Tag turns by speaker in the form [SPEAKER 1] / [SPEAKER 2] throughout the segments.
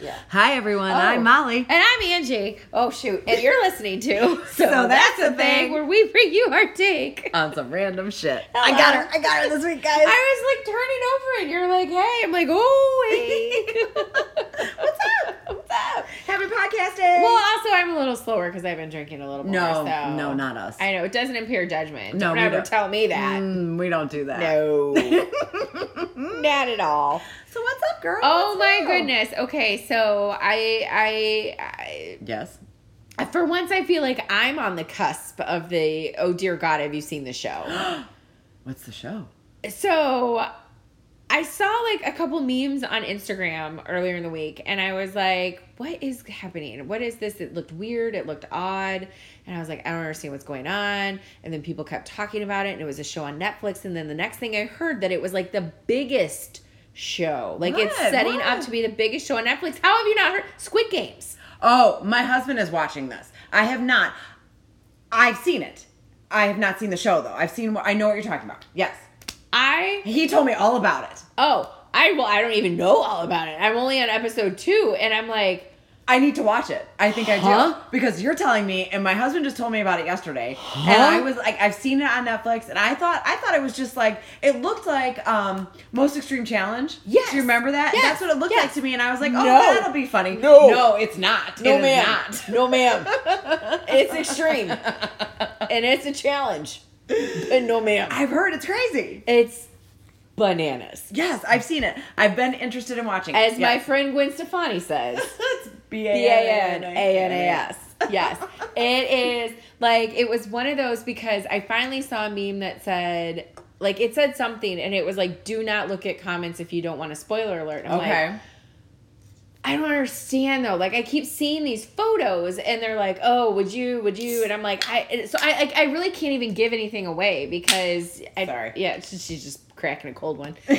[SPEAKER 1] Yeah.
[SPEAKER 2] Hi, everyone.
[SPEAKER 1] Oh.
[SPEAKER 2] I'm Molly.
[SPEAKER 1] And I'm Angie. Oh, shoot. And you're listening to. So,
[SPEAKER 2] That's a Thing.
[SPEAKER 1] where we bring you our take.
[SPEAKER 2] On some random shit.
[SPEAKER 1] Hello.
[SPEAKER 2] I got her. I got her this week, guys.
[SPEAKER 1] I was like turning over and you're like, hey. I'm like, oh, hey.
[SPEAKER 2] What's up?
[SPEAKER 1] What's up?
[SPEAKER 2] Happy podcast day.
[SPEAKER 1] Well, also, I'm a little slower because I've been drinking a little more.
[SPEAKER 2] no,
[SPEAKER 1] so-
[SPEAKER 2] no, not us.
[SPEAKER 1] I know. It doesn't impair judgment.
[SPEAKER 2] No,
[SPEAKER 1] Don't
[SPEAKER 2] we
[SPEAKER 1] ever
[SPEAKER 2] don't.
[SPEAKER 1] tell me that.
[SPEAKER 2] Mm, we don't do that.
[SPEAKER 1] No. Not at all.
[SPEAKER 2] so what's up, girl?
[SPEAKER 1] Oh
[SPEAKER 2] What's
[SPEAKER 1] my
[SPEAKER 2] up?
[SPEAKER 1] goodness. Okay, so I I,
[SPEAKER 2] Yes.
[SPEAKER 1] I for once I feel like I'm on the cusp of the oh dear god, have you seen the show?
[SPEAKER 2] What's the show?
[SPEAKER 1] so I saw like a couple memes on Instagram earlier in the week and I was like, what is happening? What is this? It looked weird, it looked odd. And I was like, I don't understand what's going on. And then people kept talking about it and it was a show on Netflix and then the next thing I heard that it was like the biggest show. Like it's
[SPEAKER 2] What?
[SPEAKER 1] setting up
[SPEAKER 2] What?
[SPEAKER 1] to be the biggest show on Netflix. How have you not heard Squid Games?
[SPEAKER 2] Oh, my husband is watching this. I have not. I've seen it. I have not seen the show though. I've seen. I know what you're talking about. Yes.
[SPEAKER 1] I
[SPEAKER 2] He told me all about it.
[SPEAKER 1] Oh, I well, I don't even know all about it. I'm only on episode two, and I'm like,
[SPEAKER 2] I need to watch it. I think I do
[SPEAKER 1] Huh?
[SPEAKER 2] because you're telling me, and my husband just told me about it yesterday,
[SPEAKER 1] Huh?
[SPEAKER 2] and I was like, I've seen it on Netflix, and I thought, I thought it was just like it looked like um Most Extreme Challenge.
[SPEAKER 1] Yes.
[SPEAKER 2] do you remember that?
[SPEAKER 1] Yes.
[SPEAKER 2] That's what it looked
[SPEAKER 1] Yes.
[SPEAKER 2] like to me, and I was like, oh,
[SPEAKER 1] No.
[SPEAKER 2] that'll be funny.
[SPEAKER 1] No.
[SPEAKER 2] no, it's not. It is not.
[SPEAKER 1] no ma'am, it's extreme, and it's a challenge, and no ma'am,
[SPEAKER 2] I've heard it's crazy.
[SPEAKER 1] it's bananas,
[SPEAKER 2] Yes, I've seen it. I've been interested in watching. it.
[SPEAKER 1] as my
[SPEAKER 2] Yes.
[SPEAKER 1] friend Gwen Stefani says.
[SPEAKER 2] It's
[SPEAKER 1] B A N A N A S. Yes. It is like it was one of those because I finally saw a meme that said like it said something and it was like do not look at comments if you don't want a spoiler alert. I'm like,
[SPEAKER 2] Okay.
[SPEAKER 1] I don't understand though. Like I keep seeing these photos and they're like, "Oh, would you? Would you?" And I'm like, I and so I like I really can't even give anything away because I
[SPEAKER 2] Sorry.
[SPEAKER 1] yeah, it's just- she's just cracking a cold one.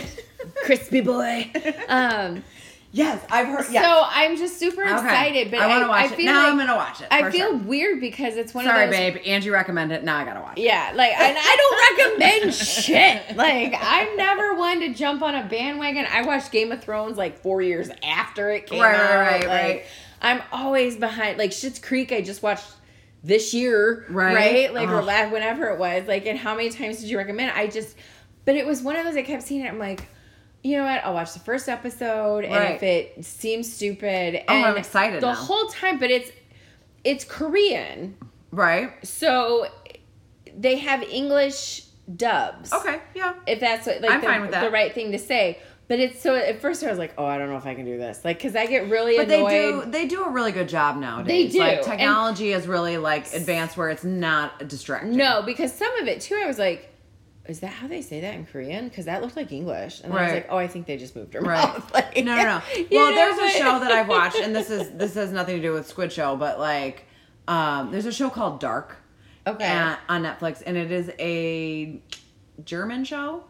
[SPEAKER 1] Crispy boy. Um
[SPEAKER 2] yes, I've heard. Yes.
[SPEAKER 1] so I'm just super
[SPEAKER 2] Okay.
[SPEAKER 1] excited, but
[SPEAKER 2] I
[SPEAKER 1] I,
[SPEAKER 2] want to watch
[SPEAKER 1] I
[SPEAKER 2] it.
[SPEAKER 1] feel
[SPEAKER 2] now
[SPEAKER 1] like
[SPEAKER 2] I'm gonna watch it.
[SPEAKER 1] I
[SPEAKER 2] for
[SPEAKER 1] feel
[SPEAKER 2] sure.
[SPEAKER 1] weird because it's one
[SPEAKER 2] Sorry,
[SPEAKER 1] of those
[SPEAKER 2] babe. Angie recommended it. Now I gotta watch it.
[SPEAKER 1] Yeah, like and I don't recommend shit. Like I'm never one to jump on a bandwagon. I watched Game of Thrones like four years after it came
[SPEAKER 2] Right, right,
[SPEAKER 1] out.
[SPEAKER 2] right,
[SPEAKER 1] like,
[SPEAKER 2] right.
[SPEAKER 1] I'm always behind. Like Schitt's Creek, I just watched this year,
[SPEAKER 2] Right.
[SPEAKER 1] right? Like or
[SPEAKER 2] Ugh.
[SPEAKER 1] la- whenever it was. Like, and how many times did you recommend? it? I just, but it was one of those. I kept seeing it. I'm like. You know what? I'll watch the first episode, and
[SPEAKER 2] Right.
[SPEAKER 1] if it seems stupid,
[SPEAKER 2] Oh,
[SPEAKER 1] and
[SPEAKER 2] I'm excited
[SPEAKER 1] the
[SPEAKER 2] now.
[SPEAKER 1] whole time. But it's it's Korean,
[SPEAKER 2] Right.
[SPEAKER 1] so they have English dubs.
[SPEAKER 2] Okay. Yeah.
[SPEAKER 1] If that's what, like
[SPEAKER 2] I'm
[SPEAKER 1] the,
[SPEAKER 2] fine with that.
[SPEAKER 1] the right thing to say. But it's so at first I was like, oh, I don't know if I can do this. Like, because I get really
[SPEAKER 2] But they
[SPEAKER 1] annoyed.
[SPEAKER 2] do. They do a really good job nowadays.
[SPEAKER 1] They do,
[SPEAKER 2] Like
[SPEAKER 1] and-
[SPEAKER 2] technology is really like advanced where it's not distracting.
[SPEAKER 1] No, because some of it too, I was like, is that how they say that in Korean? Because that looked like English. And then I was
[SPEAKER 2] Right.
[SPEAKER 1] like, oh, I think they just moved her
[SPEAKER 2] Right.
[SPEAKER 1] mouth. Like,
[SPEAKER 2] No. No. No.
[SPEAKER 1] you
[SPEAKER 2] well,
[SPEAKER 1] know,
[SPEAKER 2] there's
[SPEAKER 1] but-
[SPEAKER 2] a show that I've watched, and this is this has nothing to do with Squid Show, but like, um, there's a show called Dark.
[SPEAKER 1] Okay.
[SPEAKER 2] uh, on Netflix, and it is a German show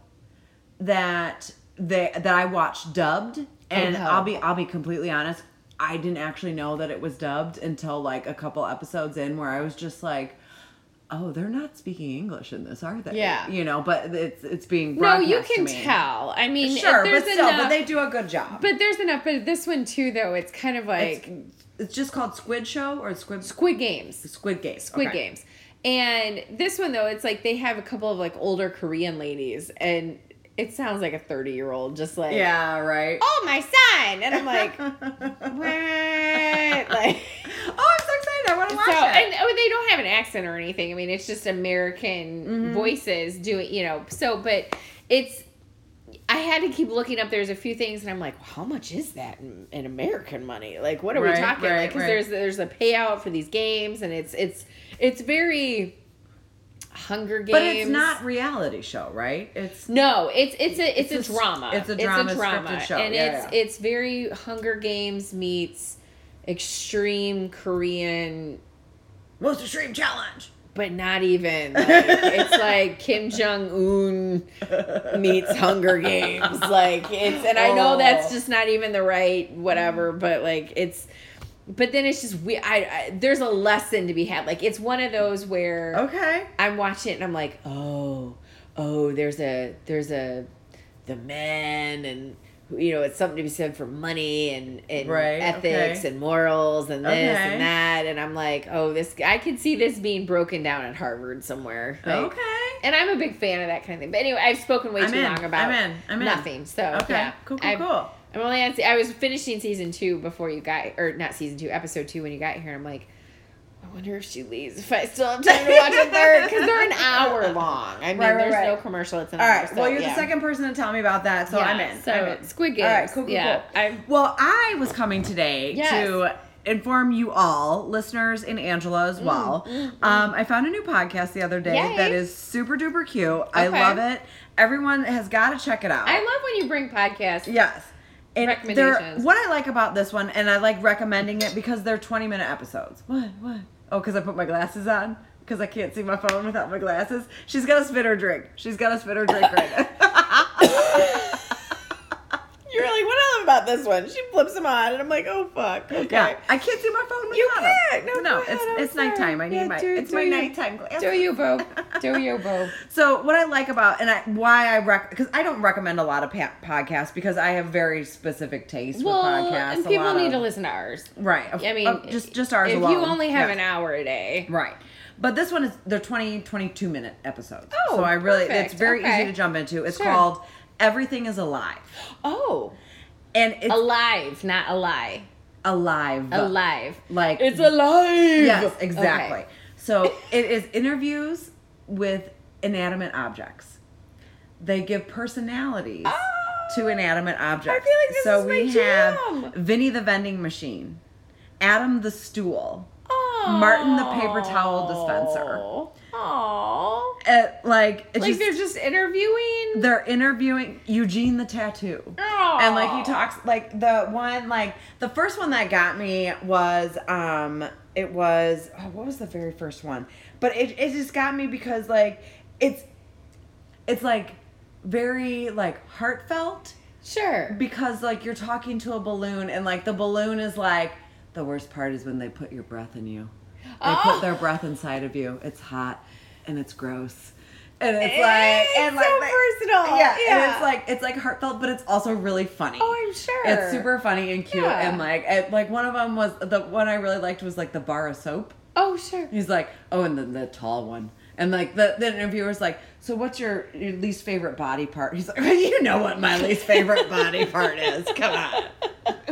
[SPEAKER 2] that they that I watched dubbed, and
[SPEAKER 1] Okay.
[SPEAKER 2] I'll be I'll be completely honest, I didn't actually know that it was dubbed until like a couple episodes in, where I was just like. Oh, they're not speaking English in this, are they?
[SPEAKER 1] Yeah.
[SPEAKER 2] you know, but it's it's being
[SPEAKER 1] no, you
[SPEAKER 2] broadcast to
[SPEAKER 1] can
[SPEAKER 2] me.
[SPEAKER 1] tell. I mean,
[SPEAKER 2] Sure,
[SPEAKER 1] there's
[SPEAKER 2] but still,
[SPEAKER 1] enough,
[SPEAKER 2] but they do a good job.
[SPEAKER 1] but there's enough. But this one too, though, it's kind of like
[SPEAKER 2] it's, it's just called Squid Show or Squid
[SPEAKER 1] Squid Games.
[SPEAKER 2] Squid Game.
[SPEAKER 1] Squid Games. And this one though, it's like they have a couple of like older Korean ladies, and it sounds like a thirty year old just like
[SPEAKER 2] Yeah, right.
[SPEAKER 1] Oh my son, and I'm like what? Like
[SPEAKER 2] Oh, I'm so excited! I want to watch
[SPEAKER 1] so,
[SPEAKER 2] it.
[SPEAKER 1] and oh, they don't have an accent or anything. I mean, it's just American
[SPEAKER 2] Mm-hmm.
[SPEAKER 1] voices doing you know. So, but it's. I had to keep looking up. There's a few things, and I'm like, how much is that in, in American money? Like, what are
[SPEAKER 2] Right,
[SPEAKER 1] we talking? Like 'cause
[SPEAKER 2] right,
[SPEAKER 1] because
[SPEAKER 2] right.
[SPEAKER 1] there's there's a payout for these games, and it's it's it's very Hunger Games.
[SPEAKER 2] But it's not reality show, right? It's
[SPEAKER 1] No, it's it's a it's,
[SPEAKER 2] It's
[SPEAKER 1] a,
[SPEAKER 2] a-
[SPEAKER 1] drama.
[SPEAKER 2] it's a drama, scripted show.
[SPEAKER 1] and
[SPEAKER 2] Yeah,
[SPEAKER 1] it's
[SPEAKER 2] yeah.
[SPEAKER 1] it's very Hunger Games meets extreme Korean
[SPEAKER 2] most extreme challenge.
[SPEAKER 1] but not even. Like, it's like Kim Jong Un meets Hunger Games. Like it's, and I know that's
[SPEAKER 2] Oh.
[SPEAKER 1] just not even the right whatever, but like it's, but then it's just we. I, I there's a lesson to be had. Like it's one of those where
[SPEAKER 2] Okay.
[SPEAKER 1] I'm watching it and I'm like, oh, oh, there's a there's a the men and you know, it's something to be said for money and, and
[SPEAKER 2] Right,
[SPEAKER 1] ethics
[SPEAKER 2] okay.
[SPEAKER 1] and morals and this
[SPEAKER 2] Okay.
[SPEAKER 1] and that. And I'm like, oh, this, I could see this being broken down at Harvard somewhere. Like,
[SPEAKER 2] okay.
[SPEAKER 1] And I'm a big fan of that kind of thing. But anyway, I've spoken way
[SPEAKER 2] I'm
[SPEAKER 1] too
[SPEAKER 2] in.
[SPEAKER 1] long about
[SPEAKER 2] I'm in. I'm in.
[SPEAKER 1] nothing. So,
[SPEAKER 2] Okay.
[SPEAKER 1] yeah.
[SPEAKER 2] Cool, cool,
[SPEAKER 1] I'm,
[SPEAKER 2] cool.
[SPEAKER 1] I'm only on, se- I was finishing season two before you got, or not season two, episode two when you got here. I'm like, I wonder if she leaves, if I still have time to watch a third, because they're an hour long. I mean,
[SPEAKER 2] Right, right,
[SPEAKER 1] there's
[SPEAKER 2] right.
[SPEAKER 1] no commercial. It's an
[SPEAKER 2] All
[SPEAKER 1] hour.
[SPEAKER 2] right.
[SPEAKER 1] so,
[SPEAKER 2] well, you're
[SPEAKER 1] yeah.
[SPEAKER 2] the second person to tell me about that, so
[SPEAKER 1] Yeah,
[SPEAKER 2] I'm in.
[SPEAKER 1] So
[SPEAKER 2] I'm in.
[SPEAKER 1] Squid Games.
[SPEAKER 2] All right. Cool. Cool.
[SPEAKER 1] yeah.
[SPEAKER 2] cool.
[SPEAKER 1] I
[SPEAKER 2] Well, I was coming today
[SPEAKER 1] Yes.
[SPEAKER 2] to inform you all, listeners and Angela as well. Um, I found a new podcast the other day
[SPEAKER 1] Mm, Yay.
[SPEAKER 2] that is super duper cute. I
[SPEAKER 1] Okay.
[SPEAKER 2] love it. Everyone has got to check it out.
[SPEAKER 1] I love when you bring podcasts.
[SPEAKER 2] yes. And they're-
[SPEAKER 1] Recommendations.
[SPEAKER 2] what I like about this one, and I like recommending it because they're 20 minute episodes. What? What? Oh, because I put my glasses on? Because I can't see my phone without my glasses? She's got to spit her drink. She's got to spit her drink right now.
[SPEAKER 1] You're like, what I love about this one? She flips them on, and I'm like, oh fuck. Okay.
[SPEAKER 2] Yeah, I can't see my phone.
[SPEAKER 1] You
[SPEAKER 2] without 'em.
[SPEAKER 1] can't. No,
[SPEAKER 2] no,
[SPEAKER 1] go ahead.
[SPEAKER 2] it's
[SPEAKER 1] I'm
[SPEAKER 2] it's
[SPEAKER 1] sorry.
[SPEAKER 2] nighttime. I need
[SPEAKER 1] Yeah,
[SPEAKER 2] my
[SPEAKER 1] do-
[SPEAKER 2] it's
[SPEAKER 1] do
[SPEAKER 2] my
[SPEAKER 1] you.
[SPEAKER 2] nighttime glass.
[SPEAKER 1] Do you, Bo? Do you, Bo?
[SPEAKER 2] So what I like about and I, why I rec because I don't recommend a lot of pa- podcasts because I have very specific taste
[SPEAKER 1] Well,
[SPEAKER 2] with podcasts.
[SPEAKER 1] and
[SPEAKER 2] a
[SPEAKER 1] people
[SPEAKER 2] lot
[SPEAKER 1] need
[SPEAKER 2] of-
[SPEAKER 1] to listen to ours.
[SPEAKER 2] right. of-
[SPEAKER 1] I mean,
[SPEAKER 2] of just just ours
[SPEAKER 1] If
[SPEAKER 2] alone.
[SPEAKER 1] you only have
[SPEAKER 2] Yes.
[SPEAKER 1] an hour a day,
[SPEAKER 2] Right. But this one is they're 20 22 minute episodes.
[SPEAKER 1] Oh,
[SPEAKER 2] so I really
[SPEAKER 1] perfect.
[SPEAKER 2] it's very
[SPEAKER 1] Okay.
[SPEAKER 2] easy to jump into. It's
[SPEAKER 1] Sure.
[SPEAKER 2] called Everything is Alive.
[SPEAKER 1] oh,
[SPEAKER 2] And it's
[SPEAKER 1] alive, not a lie,
[SPEAKER 2] alive.
[SPEAKER 1] alive.
[SPEAKER 2] Like
[SPEAKER 1] It's alive.
[SPEAKER 2] Yes, exactly.
[SPEAKER 1] Okay.
[SPEAKER 2] So it is interviews with inanimate objects. They give personalities
[SPEAKER 1] Oh.
[SPEAKER 2] to inanimate objects.
[SPEAKER 1] feel like this
[SPEAKER 2] so
[SPEAKER 1] is
[SPEAKER 2] we
[SPEAKER 1] my
[SPEAKER 2] have
[SPEAKER 1] jam.
[SPEAKER 2] Vinny the vending machine, Adam the stool,
[SPEAKER 1] Aw.
[SPEAKER 2] Martin the paper towel dispenser.
[SPEAKER 1] Aw.
[SPEAKER 2] uh, like it
[SPEAKER 1] Like
[SPEAKER 2] just,
[SPEAKER 1] they're just interviewing.
[SPEAKER 2] they're interviewing Eugene the tattoo. and like he
[SPEAKER 1] Aw.
[SPEAKER 2] talks like the one like the first one that got me was um it was oh, what was the very first one but it, it just got me because like it's it's like very like heartfelt
[SPEAKER 1] Sure.
[SPEAKER 2] because like you're talking to a balloon and like the balloon is like the worst part is when they put your breath in you they
[SPEAKER 1] Oh.
[SPEAKER 2] put their breath inside of you it's hot and it's gross and it's like and
[SPEAKER 1] It's
[SPEAKER 2] like
[SPEAKER 1] so
[SPEAKER 2] like-
[SPEAKER 1] personal.
[SPEAKER 2] yeah, and
[SPEAKER 1] Yeah.
[SPEAKER 2] it's like it's like heartfelt but it's also really funny
[SPEAKER 1] Oh, I'm sure.
[SPEAKER 2] it's super funny and cute
[SPEAKER 1] Yeah.
[SPEAKER 2] and like it, like one of them was the one i really liked was like the bar of soap
[SPEAKER 1] Oh, sure.
[SPEAKER 2] He's like, oh, and then the tall one. And like the, the interviewer's like, so what's your, your least favorite body part? He's like, you know what my least favorite body part is. Come on.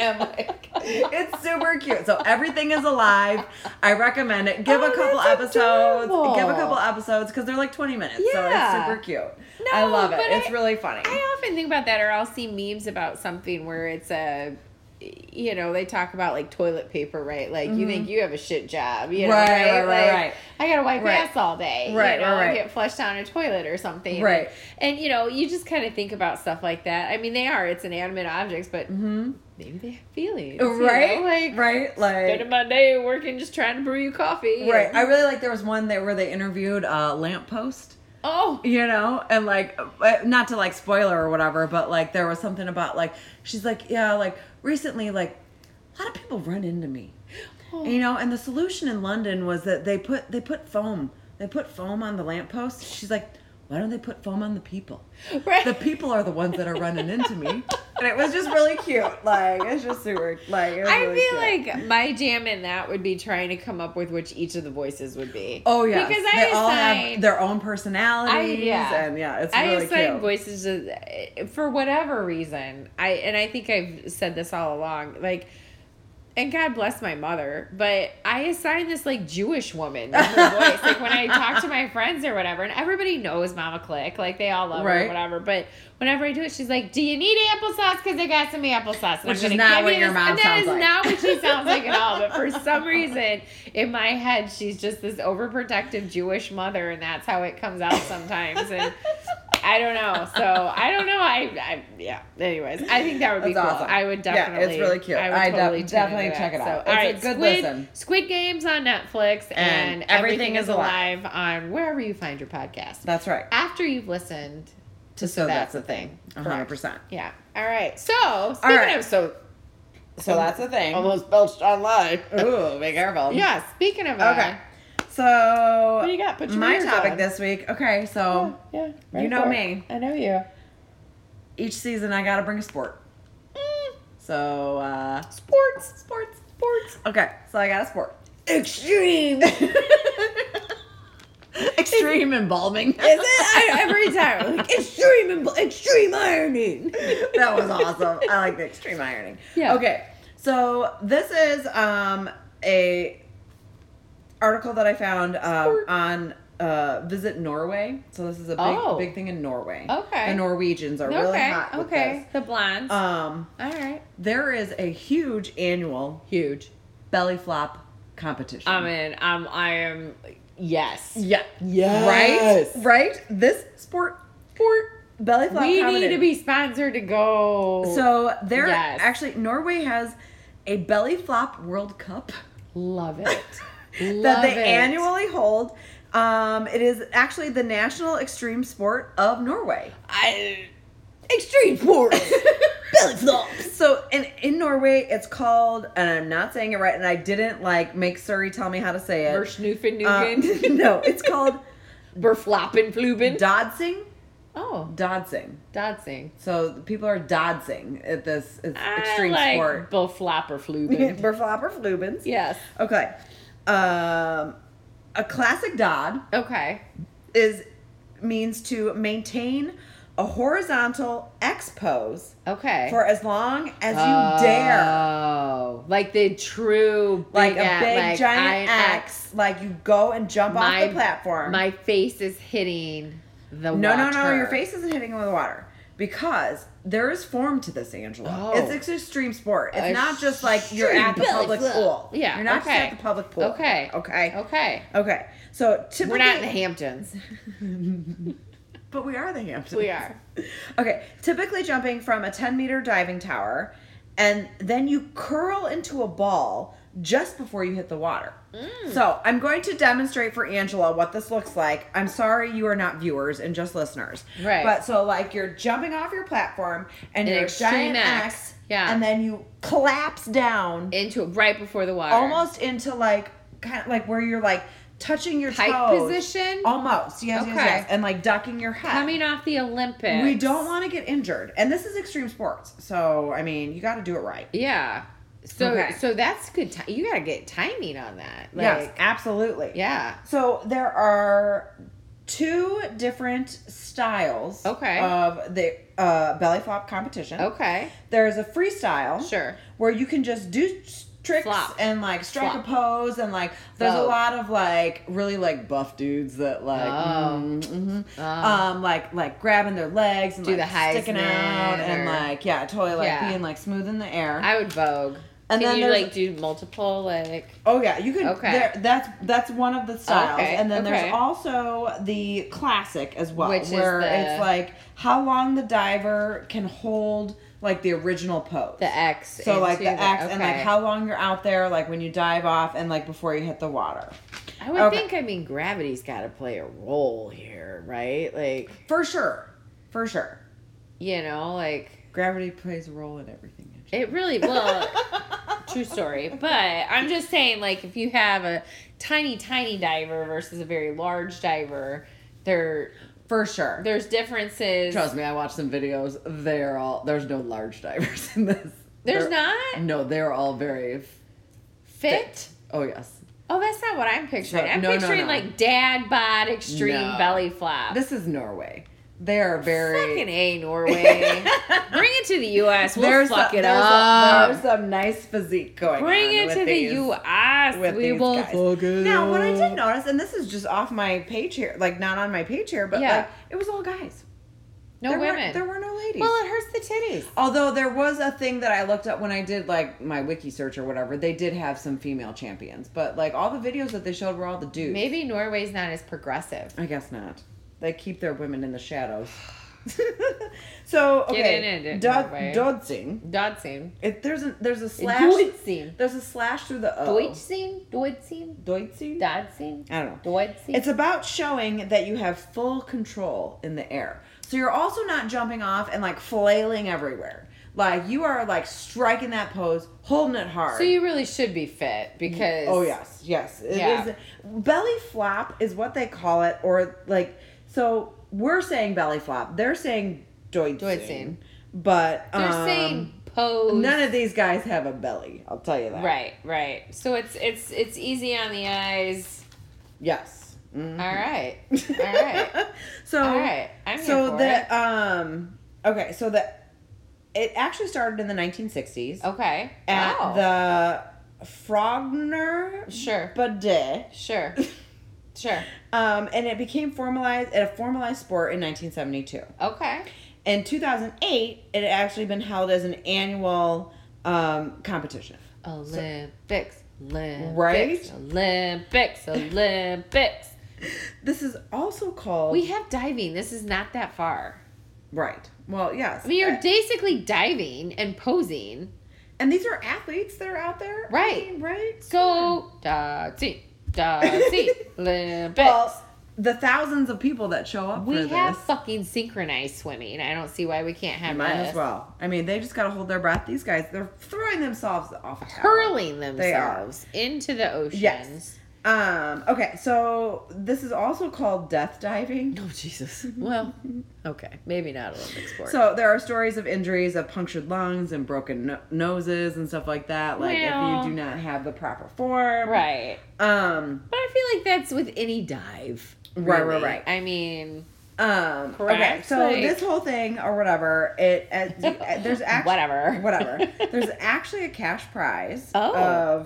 [SPEAKER 2] And like, it's super cute. So everything is alive. I recommend it. Give
[SPEAKER 1] Oh,
[SPEAKER 2] a couple
[SPEAKER 1] that's
[SPEAKER 2] episodes.
[SPEAKER 1] adorable.
[SPEAKER 2] Give a couple episodes because they're like 20 minutes. So
[SPEAKER 1] Yeah.
[SPEAKER 2] it's super cute. I love it.
[SPEAKER 1] but
[SPEAKER 2] It's
[SPEAKER 1] I-
[SPEAKER 2] really funny.
[SPEAKER 1] I often think about that, or I'll see memes about something where it's a, you know, they talk about like toilet paper, right? Like you think you have a shit job, you know,
[SPEAKER 2] Mm-hmm. Right,
[SPEAKER 1] right?
[SPEAKER 2] right, right,
[SPEAKER 1] Like,
[SPEAKER 2] right.
[SPEAKER 1] I gotta wipe
[SPEAKER 2] Right.
[SPEAKER 1] ass all day,
[SPEAKER 2] Right,
[SPEAKER 1] You know,
[SPEAKER 2] right, right.
[SPEAKER 1] and get flushed down a toilet or something,
[SPEAKER 2] Right.
[SPEAKER 1] And, you know, you just kind of think about stuff like that. I mean, they are it's inanimate objects, but maybe they have feelings, you know?
[SPEAKER 2] Mm-hmm. Right?
[SPEAKER 1] Like
[SPEAKER 2] right? Like,
[SPEAKER 1] spending my day working just trying to brew you coffee,
[SPEAKER 2] right. I really like there was one there where they interviewed a lamppost.
[SPEAKER 1] oh,
[SPEAKER 2] you know and like uh, not to like spoiler or whatever but like there was something about like she's like yeah like recently like a lot of people run into me
[SPEAKER 1] Oh.
[SPEAKER 2] you know and the solution in london was that they put they put foam they put foam on the lamppost she's like why don't they put foam on the people
[SPEAKER 1] right.
[SPEAKER 2] the people are the ones that are running into me and it was just really cute like it's just super like it was
[SPEAKER 1] I
[SPEAKER 2] really
[SPEAKER 1] feel
[SPEAKER 2] cute.
[SPEAKER 1] like my jam in that would be trying to come up with which each of the voices would be.
[SPEAKER 2] oh yeah
[SPEAKER 1] because I
[SPEAKER 2] they all have
[SPEAKER 1] assign-
[SPEAKER 2] their own personalities
[SPEAKER 1] yeah.
[SPEAKER 2] and yeah it's
[SPEAKER 1] I
[SPEAKER 2] really
[SPEAKER 1] assign
[SPEAKER 2] cute
[SPEAKER 1] voices to, for whatever reason. I and I think I've said this all along. Like, and God bless my mother, but I assign this like Jewish woman her voice. Like when I talk to my friends or whatever, and everybody knows Mama Click. Like they all love her
[SPEAKER 2] Right.
[SPEAKER 1] or whatever. But whenever I do it, she's like, "Do you need applesauce? Because I got some applesauce." And
[SPEAKER 2] Which is
[SPEAKER 1] gonna
[SPEAKER 2] not
[SPEAKER 1] give
[SPEAKER 2] what
[SPEAKER 1] you
[SPEAKER 2] your
[SPEAKER 1] this-
[SPEAKER 2] mom
[SPEAKER 1] and
[SPEAKER 2] sounds
[SPEAKER 1] That
[SPEAKER 2] like.
[SPEAKER 1] is not what she sounds like at all. But for some reason, in my head, she's just this overprotective Jewish mother, and that's how it comes out sometimes. And I don't know. So I don't know. I, I yeah. Anyways, I think that would be
[SPEAKER 2] That's
[SPEAKER 1] cool.
[SPEAKER 2] awesome.
[SPEAKER 1] I would
[SPEAKER 2] Yeah, it's
[SPEAKER 1] definitely.
[SPEAKER 2] really cute.
[SPEAKER 1] I would
[SPEAKER 2] I def-
[SPEAKER 1] totally tune
[SPEAKER 2] definitely
[SPEAKER 1] into
[SPEAKER 2] check it
[SPEAKER 1] that.
[SPEAKER 2] out.
[SPEAKER 1] So,
[SPEAKER 2] It's
[SPEAKER 1] all
[SPEAKER 2] a
[SPEAKER 1] right,
[SPEAKER 2] good
[SPEAKER 1] Squid,
[SPEAKER 2] listen.
[SPEAKER 1] Squid Games on Netflix and, Everything, is alive. on wherever you find your podcast
[SPEAKER 2] that's right
[SPEAKER 1] after you've listened to
[SPEAKER 2] So That's
[SPEAKER 1] the
[SPEAKER 2] a Thing. A hundred
[SPEAKER 1] Correct.
[SPEAKER 2] percent.
[SPEAKER 1] Yeah. All right. So speaking
[SPEAKER 2] right.
[SPEAKER 1] of so
[SPEAKER 2] So
[SPEAKER 1] Um,
[SPEAKER 2] that's the thing.
[SPEAKER 1] almost belched online.
[SPEAKER 2] Ooh, be careful.
[SPEAKER 1] yeah. Speaking of uh,
[SPEAKER 2] Okay. So
[SPEAKER 1] What do you got? Put your
[SPEAKER 2] my
[SPEAKER 1] ears
[SPEAKER 2] topic
[SPEAKER 1] on.
[SPEAKER 2] this week. Okay, so
[SPEAKER 1] Yeah.
[SPEAKER 2] You
[SPEAKER 1] right
[SPEAKER 2] know
[SPEAKER 1] for it.
[SPEAKER 2] me.
[SPEAKER 1] I know you.
[SPEAKER 2] each season I gotta bring a sport. So uh
[SPEAKER 1] Mm. Sports, sports, sports.
[SPEAKER 2] okay, so I got a sport.
[SPEAKER 1] Extreme. Is
[SPEAKER 2] Extreme embalming.
[SPEAKER 1] it? I, every time. Like, extreme, and, extreme ironing.
[SPEAKER 2] that was awesome. I like the extreme ironing.
[SPEAKER 1] Yeah.
[SPEAKER 2] Okay. So this is um a article that I found um,
[SPEAKER 1] Sport.
[SPEAKER 2] on uh visit Norway. So this is a big
[SPEAKER 1] Oh.
[SPEAKER 2] big thing in Norway.
[SPEAKER 1] Okay.
[SPEAKER 2] The Norwegians are really
[SPEAKER 1] okay,
[SPEAKER 2] hot with
[SPEAKER 1] okay. The blondes.
[SPEAKER 2] this. Um
[SPEAKER 1] All right.
[SPEAKER 2] there is a huge annual huge belly flop competition.
[SPEAKER 1] I'm in. I'm. I am. Yes.
[SPEAKER 2] yeah.
[SPEAKER 1] Yes.
[SPEAKER 2] Right? Right? This sport sport belly flop
[SPEAKER 1] we need
[SPEAKER 2] competition.
[SPEAKER 1] to be sponsored to go.
[SPEAKER 2] So there
[SPEAKER 1] Yes.
[SPEAKER 2] actually Norway has a belly flop World Cup
[SPEAKER 1] love it.
[SPEAKER 2] that
[SPEAKER 1] Love
[SPEAKER 2] they
[SPEAKER 1] it.
[SPEAKER 2] annually hold. Um, it is actually the national extreme sport of Norway.
[SPEAKER 1] I, extreme sports. Belly flops.
[SPEAKER 2] So in in Norway, it's called, and I'm not saying it right, and I didn't like make Suri tell me how to say it. Um,
[SPEAKER 1] Versnuffenugend.
[SPEAKER 2] no, it's called
[SPEAKER 1] Verflappenfluben.
[SPEAKER 2] dodsing.
[SPEAKER 1] oh,
[SPEAKER 2] Dodsing.
[SPEAKER 1] dancing.
[SPEAKER 2] So people are dodsing at this it's extreme
[SPEAKER 1] I like
[SPEAKER 2] sport.
[SPEAKER 1] Bull flapper fluben.
[SPEAKER 2] Burflopper flubens.
[SPEAKER 1] yes.
[SPEAKER 2] Okay. Um, a classic Dodd
[SPEAKER 1] Okay.
[SPEAKER 2] is means to maintain a horizontal X pose
[SPEAKER 1] Okay.
[SPEAKER 2] for as long as you
[SPEAKER 1] Uh,
[SPEAKER 2] dare.
[SPEAKER 1] Oh, like the true big
[SPEAKER 2] Like
[SPEAKER 1] at-
[SPEAKER 2] a big
[SPEAKER 1] like,
[SPEAKER 2] giant
[SPEAKER 1] I-
[SPEAKER 2] X, like you go and jump
[SPEAKER 1] My-
[SPEAKER 2] off the platform.
[SPEAKER 1] My face is hitting the
[SPEAKER 2] no, no, no,
[SPEAKER 1] water.
[SPEAKER 2] your face isn't hitting with the water. Because there is form to this, Angela.
[SPEAKER 1] Oh.
[SPEAKER 2] It's, it's an extreme sport. It's not just like you're at the
[SPEAKER 1] Extreme
[SPEAKER 2] public
[SPEAKER 1] belly
[SPEAKER 2] pool.
[SPEAKER 1] flop. Yeah,
[SPEAKER 2] You're not just
[SPEAKER 1] okay.
[SPEAKER 2] at the public pool.
[SPEAKER 1] Okay.
[SPEAKER 2] Okay.
[SPEAKER 1] Okay.
[SPEAKER 2] Okay. So typically.
[SPEAKER 1] We're not in the Hamptons.
[SPEAKER 2] But we are the Hamptons.
[SPEAKER 1] We are.
[SPEAKER 2] Okay, typically jumping from a 10 meter diving tower, and then you curl into a ball just before you hit the water.
[SPEAKER 1] Mm.
[SPEAKER 2] So I'm going to demonstrate for Angela what this looks like. I'm sorry you are not viewers and just listeners.
[SPEAKER 1] Right.
[SPEAKER 2] But so, like, you're jumping off your platform and
[SPEAKER 1] An
[SPEAKER 2] you're a
[SPEAKER 1] extreme
[SPEAKER 2] giant
[SPEAKER 1] X.
[SPEAKER 2] X,
[SPEAKER 1] Yeah.
[SPEAKER 2] and then you collapse down
[SPEAKER 1] Into right before the water.
[SPEAKER 2] almost into like kind of like where you're like touching your
[SPEAKER 1] Pike
[SPEAKER 2] toes.
[SPEAKER 1] position?
[SPEAKER 2] Almost, yes, yes,
[SPEAKER 1] Okay.
[SPEAKER 2] yes, and like ducking your head.
[SPEAKER 1] coming off the Olympics.
[SPEAKER 2] We don't want to get injured. And this is extreme sports. So, I mean, you got to do it right.
[SPEAKER 1] Yeah. So
[SPEAKER 2] Okay.
[SPEAKER 1] so that's good. Ti- you gotta get timing on that. Like,
[SPEAKER 2] yes, absolutely.
[SPEAKER 1] Yeah.
[SPEAKER 2] So, there are two different styles
[SPEAKER 1] Okay.
[SPEAKER 2] of the uh, belly flop competition.
[SPEAKER 1] Okay.
[SPEAKER 2] There is a freestyle
[SPEAKER 1] Sure.
[SPEAKER 2] where you can just do s- tricks
[SPEAKER 1] Flop.
[SPEAKER 2] and like strike
[SPEAKER 1] Flop.
[SPEAKER 2] a pose and like there's a
[SPEAKER 1] Vogue.
[SPEAKER 2] lot of like really like buff dudes that like
[SPEAKER 1] Oh.
[SPEAKER 2] mm, mhm.
[SPEAKER 1] Oh.
[SPEAKER 2] um like like grabbing their legs and
[SPEAKER 1] Do
[SPEAKER 2] like
[SPEAKER 1] the
[SPEAKER 2] sticking
[SPEAKER 1] Heisman
[SPEAKER 2] out and
[SPEAKER 1] or-
[SPEAKER 2] like yeah totally like
[SPEAKER 1] Yeah.
[SPEAKER 2] being like smooth in the air.
[SPEAKER 1] I would Vogue.
[SPEAKER 2] And
[SPEAKER 1] And
[SPEAKER 2] then
[SPEAKER 1] Can you
[SPEAKER 2] there's-
[SPEAKER 1] like do multiple like
[SPEAKER 2] Oh yeah, you can.
[SPEAKER 1] Okay.
[SPEAKER 2] There, that's that's one of the styles,
[SPEAKER 1] Okay,
[SPEAKER 2] and then
[SPEAKER 1] okay.
[SPEAKER 2] there's also the classic as well,
[SPEAKER 1] Which is
[SPEAKER 2] where
[SPEAKER 1] the-
[SPEAKER 2] it's like how long the diver can hold like the original pose.
[SPEAKER 1] the X?
[SPEAKER 2] so like the
[SPEAKER 1] into
[SPEAKER 2] X and like
[SPEAKER 1] okay.
[SPEAKER 2] how long you're out there, like when you dive off and like before you hit the water.
[SPEAKER 1] I would
[SPEAKER 2] okay.
[SPEAKER 1] think I mean gravity's got to play a role here, right? Like
[SPEAKER 2] For sure, for sure,
[SPEAKER 1] you know, like
[SPEAKER 2] gravity plays a role in everything.
[SPEAKER 1] it really well. true story, but I'm just saying like if you have a tiny tiny diver versus a very large diver, there
[SPEAKER 2] For sure.
[SPEAKER 1] there's differences.
[SPEAKER 2] Trust me, I watched some videos. They're all there's no large divers in this.
[SPEAKER 1] There's
[SPEAKER 2] They're-
[SPEAKER 1] not
[SPEAKER 2] No, they're all very
[SPEAKER 1] fit.
[SPEAKER 2] Oh yes.
[SPEAKER 1] Oh, that's not what I'm picturing.
[SPEAKER 2] So-
[SPEAKER 1] I'm
[SPEAKER 2] no, no,
[SPEAKER 1] picturing
[SPEAKER 2] no.
[SPEAKER 1] like dad bod extreme
[SPEAKER 2] No.
[SPEAKER 1] belly flop.
[SPEAKER 2] This is Norway. They are
[SPEAKER 1] fucking
[SPEAKER 2] very.
[SPEAKER 1] a Norway. Bring it to the U.S. We'll fuck
[SPEAKER 2] some,
[SPEAKER 1] it
[SPEAKER 2] there's, Some,
[SPEAKER 1] up.
[SPEAKER 2] there's some nice physique going on.
[SPEAKER 1] Bring it
[SPEAKER 2] with
[SPEAKER 1] to
[SPEAKER 2] these,
[SPEAKER 1] the U.S.
[SPEAKER 2] With
[SPEAKER 1] we
[SPEAKER 2] these
[SPEAKER 1] will
[SPEAKER 2] guys.
[SPEAKER 1] fuck it
[SPEAKER 2] Now, what I
[SPEAKER 1] up.
[SPEAKER 2] did notice, and this is just off my page here, like not on my page here, but
[SPEAKER 1] Yeah.
[SPEAKER 2] like it was all guys.
[SPEAKER 1] No
[SPEAKER 2] there
[SPEAKER 1] women.
[SPEAKER 2] Were, there were no ladies.
[SPEAKER 1] well, it hurts the titties.
[SPEAKER 2] Although there was a thing that I looked up when I did like my wiki search or whatever, they did have some female champions, but like all the videos that they showed were all the dudes.
[SPEAKER 1] Maybe Norway's not as progressive.
[SPEAKER 2] I guess not. They keep their women in the shadows. so
[SPEAKER 1] Get
[SPEAKER 2] okay,
[SPEAKER 1] in it,
[SPEAKER 2] Dod-
[SPEAKER 1] Norway.
[SPEAKER 2] Dodsing.
[SPEAKER 1] Dodsing.
[SPEAKER 2] It, there's a there's a slash.
[SPEAKER 1] Dodsing.
[SPEAKER 2] There's a slash through the O.
[SPEAKER 1] Deutsching? Deutsching?
[SPEAKER 2] Doitsing?
[SPEAKER 1] Dodsing?
[SPEAKER 2] I don't know.
[SPEAKER 1] Deutsching?
[SPEAKER 2] It's about showing that you have full control in the air. So you're also not jumping off and like flailing everywhere. Like you are like striking that pose, holding it hard.
[SPEAKER 1] so you really should be fit because.
[SPEAKER 2] Oh yes, yes. It is
[SPEAKER 1] Yeah.
[SPEAKER 2] belly flop is what they call it, or like so we're saying belly flop. They're saying doitsing.
[SPEAKER 1] Doitsing.
[SPEAKER 2] But
[SPEAKER 1] They're
[SPEAKER 2] um,
[SPEAKER 1] saying pose.
[SPEAKER 2] none of these guys have a belly. I'll tell you that.
[SPEAKER 1] Right, right. So it's it's it's easy on the eyes.
[SPEAKER 2] Yes. Mhm.
[SPEAKER 1] All right, all right,
[SPEAKER 2] so
[SPEAKER 1] all right. I'm here
[SPEAKER 2] so
[SPEAKER 1] for
[SPEAKER 2] the um okay so the it actually started in the 1960s
[SPEAKER 1] it. Okay.
[SPEAKER 2] at
[SPEAKER 1] Oh, wow.
[SPEAKER 2] the Frogner
[SPEAKER 1] Sure.
[SPEAKER 2] Bidet.
[SPEAKER 1] Sure. Sure.
[SPEAKER 2] Um, and it became formalized a formalized sport in 1972.
[SPEAKER 1] Okay.
[SPEAKER 2] In 2008, it had actually been held as an annual um, competition.
[SPEAKER 1] Olympics. Olympics.
[SPEAKER 2] Right?
[SPEAKER 1] Olympics. Olympics.
[SPEAKER 2] This is also called
[SPEAKER 1] We have diving. This is not that far.
[SPEAKER 2] right. Well, yes.
[SPEAKER 1] I mean, you're basically diving and posing.
[SPEAKER 2] and these are athletes that are out there, I
[SPEAKER 1] Right.
[SPEAKER 2] mean, right.
[SPEAKER 1] Go Dotsie. Dotsie. Olympics.
[SPEAKER 2] Well, the thousands of people that show up for
[SPEAKER 1] we
[SPEAKER 2] this,
[SPEAKER 1] have fucking synchronized swimming. I don't see why we can't
[SPEAKER 2] you
[SPEAKER 1] have
[SPEAKER 2] might
[SPEAKER 1] this.
[SPEAKER 2] as well. I mean, they just got to hold their breath. These guys, they're throwing themselves off. a tower.
[SPEAKER 1] Hurling
[SPEAKER 2] are.
[SPEAKER 1] themselves into the oceans.
[SPEAKER 2] Yes. Um. Okay. So this is also called death diving.
[SPEAKER 1] Oh Jesus. Well, okay, maybe not Olympic sport.
[SPEAKER 2] So there are stories of injuries of punctured lungs and broken no- noses and stuff like that. Like
[SPEAKER 1] Well.
[SPEAKER 2] if you do not have the proper form,
[SPEAKER 1] right,
[SPEAKER 2] Um,
[SPEAKER 1] but I feel like that's with any dive.
[SPEAKER 2] Right, right,
[SPEAKER 1] really.
[SPEAKER 2] right.
[SPEAKER 1] I mean,
[SPEAKER 2] um. Okay.
[SPEAKER 1] Correct,
[SPEAKER 2] So
[SPEAKER 1] like-
[SPEAKER 2] this whole thing or whatever, it uh, there's actually
[SPEAKER 1] Whatever.
[SPEAKER 2] whatever. There's actually a cash prize
[SPEAKER 1] Oh.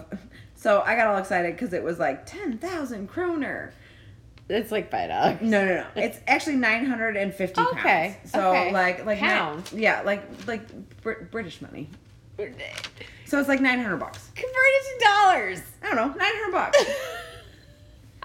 [SPEAKER 2] of. So I got all excited because it was like ten thousand kroner.
[SPEAKER 1] it's like five dollars.
[SPEAKER 2] No, no, no. It's actually nine hundred and fifty pounds.
[SPEAKER 1] Okay,
[SPEAKER 2] So
[SPEAKER 1] okay.
[SPEAKER 2] like like ni-
[SPEAKER 1] Pound.
[SPEAKER 2] yeah, like like Br- British money.
[SPEAKER 1] Convert
[SPEAKER 2] So it's like nine hundred bucks.
[SPEAKER 1] it to dollars.
[SPEAKER 2] I don't know, nine hundred bucks.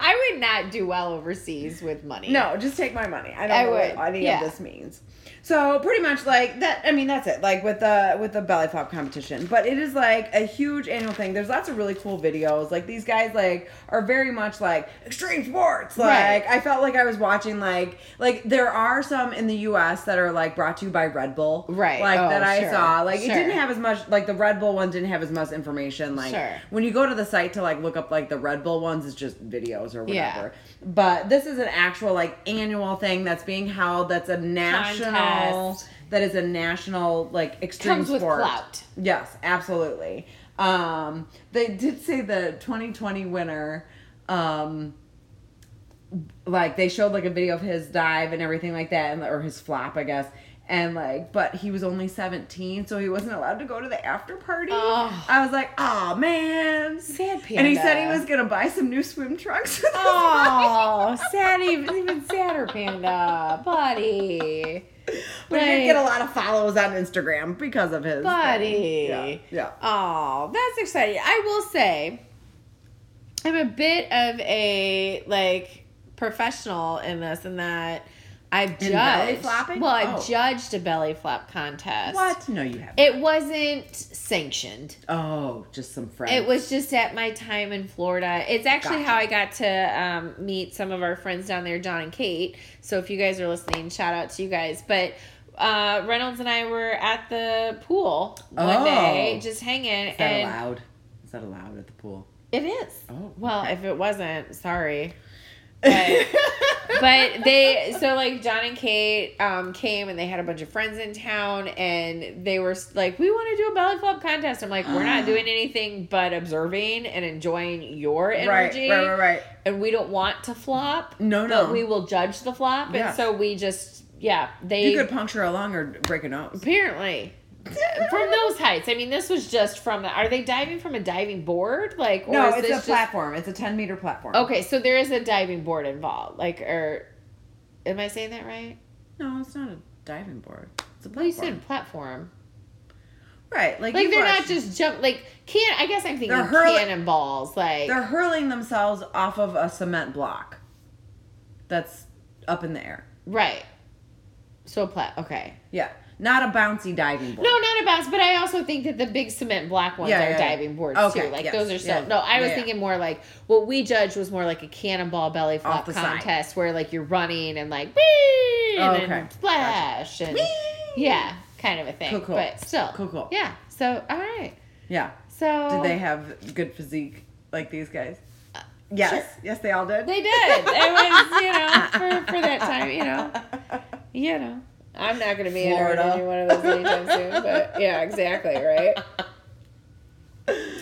[SPEAKER 1] I would not do well overseas with money.
[SPEAKER 2] No, just take my money. I don't
[SPEAKER 1] I
[SPEAKER 2] know
[SPEAKER 1] would,
[SPEAKER 2] what any
[SPEAKER 1] yeah.
[SPEAKER 2] of this means. So pretty much like that. I mean, that's it. Like with the with the belly flop competition, but it is like a huge annual thing. There's lots of really cool videos. Like these guys like are very much like extreme sports.
[SPEAKER 1] Right.
[SPEAKER 2] Like I felt like I was watching like like there are some in the U.S. that are like brought to you by Red Bull.
[SPEAKER 1] Right.
[SPEAKER 2] Like
[SPEAKER 1] Oh,
[SPEAKER 2] that I
[SPEAKER 1] sure.
[SPEAKER 2] saw. Like
[SPEAKER 1] Sure.
[SPEAKER 2] it didn't have as much. Like the Red Bull one didn't have as much information. Like
[SPEAKER 1] Sure.
[SPEAKER 2] when you go to the site to like look up like the Red Bull ones, it's just videos or
[SPEAKER 1] Yeah.
[SPEAKER 2] whatever. But this is an actual like annual thing that's being held. That's a national.
[SPEAKER 1] Contest.
[SPEAKER 2] That is a national like extreme
[SPEAKER 1] comes with
[SPEAKER 2] sport.
[SPEAKER 1] clout.
[SPEAKER 2] Yes, absolutely. Um, they did say the 2020 winner. Um, like they showed like a video of his dive and everything like that, and or his flop, I guess. And like, but he was only 17, so he wasn't allowed to go to the after party.
[SPEAKER 1] Oh.
[SPEAKER 2] I was like, oh man,
[SPEAKER 1] Sad
[SPEAKER 2] And he said he
[SPEAKER 1] panda.
[SPEAKER 2] was gonna buy some new swim trunks. with his money.
[SPEAKER 1] Oh, sad, even, even sadder, Panda, buddy,
[SPEAKER 2] But he
[SPEAKER 1] Like-
[SPEAKER 2] did get a lot of follows on Instagram because of his.
[SPEAKER 1] buddy.
[SPEAKER 2] thing. Yeah. yeah.
[SPEAKER 1] Oh, that's exciting. I will say, I'm a bit of a like professional in this, and that I've
[SPEAKER 2] In
[SPEAKER 1] judged.
[SPEAKER 2] belly flopping?
[SPEAKER 1] Well, I
[SPEAKER 2] Oh.
[SPEAKER 1] judged a belly flop contest.
[SPEAKER 2] What? No, you haven't.
[SPEAKER 1] It wasn't sanctioned.
[SPEAKER 2] oh, just some friends.
[SPEAKER 1] It was just at my time in Florida. It's actually how I got to um, meet some of our friends down there, John and Kate. So if you guys are listening, shout out to you guys. But uh, Reynolds and I were at the pool one
[SPEAKER 2] Oh.
[SPEAKER 1] day, just hanging,
[SPEAKER 2] Is that
[SPEAKER 1] and
[SPEAKER 2] allowed? Is that allowed at the pool?
[SPEAKER 1] it is.
[SPEAKER 2] Oh,
[SPEAKER 1] Well, if it wasn't, sorry. But, but they so like John and Kate um, came and they had a bunch of friends in town and they were s- like, we want to do a belly flop contest. I'm like, we're not doing anything but observing and enjoying your
[SPEAKER 2] right,
[SPEAKER 1] energy,
[SPEAKER 2] right, right, right.
[SPEAKER 1] and we don't want to flop.
[SPEAKER 2] No,
[SPEAKER 1] but
[SPEAKER 2] no.
[SPEAKER 1] we will judge the flop,
[SPEAKER 2] Yeah.
[SPEAKER 1] and so we just yeah they
[SPEAKER 2] You could puncture a lung or break a nose.
[SPEAKER 1] apparently. From those heights, I mean, this was just from the. Are they diving from a diving board? Like, or
[SPEAKER 2] No,
[SPEAKER 1] is
[SPEAKER 2] it's a
[SPEAKER 1] this just-
[SPEAKER 2] platform. It's a ten meter platform.
[SPEAKER 1] Okay, so there is a diving board involved. Like, or am I saying that right?
[SPEAKER 2] No, it's not a diving board. It's a
[SPEAKER 1] Well, you said
[SPEAKER 2] platform.
[SPEAKER 1] platform.
[SPEAKER 2] Right, like,
[SPEAKER 1] Like
[SPEAKER 2] you
[SPEAKER 1] they're
[SPEAKER 2] watch-
[SPEAKER 1] not just jump. Like can I guess I'm thinking
[SPEAKER 2] They're hurling-
[SPEAKER 1] cannonballs. Like
[SPEAKER 2] They're hurling themselves off of a cement block. That's up in the air.
[SPEAKER 1] right. So plat. Okay.
[SPEAKER 2] Yeah, not a bouncy diving board.
[SPEAKER 1] No, not a bounce. But I also think that the big cement black ones
[SPEAKER 2] Yeah,
[SPEAKER 1] are
[SPEAKER 2] yeah, yeah.
[SPEAKER 1] diving boards
[SPEAKER 2] Okay,
[SPEAKER 1] too. Like
[SPEAKER 2] yes,
[SPEAKER 1] those are so.
[SPEAKER 2] yeah.
[SPEAKER 1] No, I
[SPEAKER 2] Yeah,
[SPEAKER 1] was
[SPEAKER 2] yeah.
[SPEAKER 1] thinking more like what we judged was more like a cannonball belly flop
[SPEAKER 2] Off the side.
[SPEAKER 1] contest where like you're running and like wee and
[SPEAKER 2] Okay,
[SPEAKER 1] then
[SPEAKER 2] gotcha.
[SPEAKER 1] splash and yeah, kind of a thing.
[SPEAKER 2] Cool, cool.
[SPEAKER 1] But still,
[SPEAKER 2] Cool, cool.
[SPEAKER 1] Yeah. So all right.
[SPEAKER 2] Yeah.
[SPEAKER 1] So
[SPEAKER 2] Did they have good physique like these guys?
[SPEAKER 1] Uh,
[SPEAKER 2] Yes.
[SPEAKER 1] sure.
[SPEAKER 2] Yes, they all did.
[SPEAKER 1] They did. It was you know for for that time you know you know. I'm not going to be
[SPEAKER 2] Florida.
[SPEAKER 1] entered in one of those anytime soon. But yeah, exactly, right?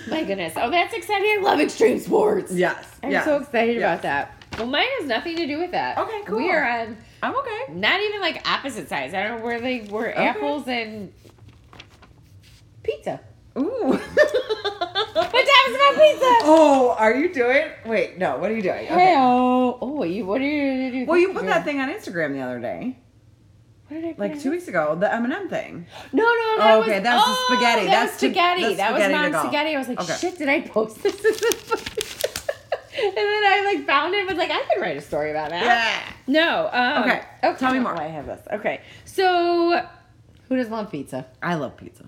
[SPEAKER 1] My goodness. Oh, that's exciting. I love extreme sports.
[SPEAKER 2] Yes.
[SPEAKER 1] I'm
[SPEAKER 2] yes.
[SPEAKER 1] so excited
[SPEAKER 2] yes.
[SPEAKER 1] about that. Well, mine has nothing to do with that.
[SPEAKER 2] Okay, cool.
[SPEAKER 1] We are on
[SPEAKER 2] I'm okay.
[SPEAKER 1] not even like opposite sides. I don't know where they were
[SPEAKER 2] Okay.
[SPEAKER 1] apples and pizza.
[SPEAKER 2] Ooh.
[SPEAKER 1] But that was about pizza.
[SPEAKER 2] oh, are you doing? Wait, no. What are you doing?
[SPEAKER 1] Hey, oh, oh, you, what are you going to do?
[SPEAKER 2] Well, you put that thing on Instagram the other day,
[SPEAKER 1] What did I put
[SPEAKER 2] like
[SPEAKER 1] it
[SPEAKER 2] two
[SPEAKER 1] on?
[SPEAKER 2] weeks ago. The M and M thing.
[SPEAKER 1] No, no, that
[SPEAKER 2] Oh,
[SPEAKER 1] was,
[SPEAKER 2] okay, that was the
[SPEAKER 1] oh,
[SPEAKER 2] spaghetti.
[SPEAKER 1] That
[SPEAKER 2] That's
[SPEAKER 1] was
[SPEAKER 2] to-
[SPEAKER 1] spaghetti.
[SPEAKER 2] that's
[SPEAKER 1] that
[SPEAKER 2] spaghetti to
[SPEAKER 1] was
[SPEAKER 2] go.
[SPEAKER 1] mom's spaghetti. I was like,
[SPEAKER 2] Okay.
[SPEAKER 1] shit, did I post this? and then I like found it. and Was like, I could write a story about that. No. Um,
[SPEAKER 2] Okay, tell me
[SPEAKER 1] oh,
[SPEAKER 2] more.
[SPEAKER 1] I have this. Okay. So, who doesn't love pizza?
[SPEAKER 2] I love pizza.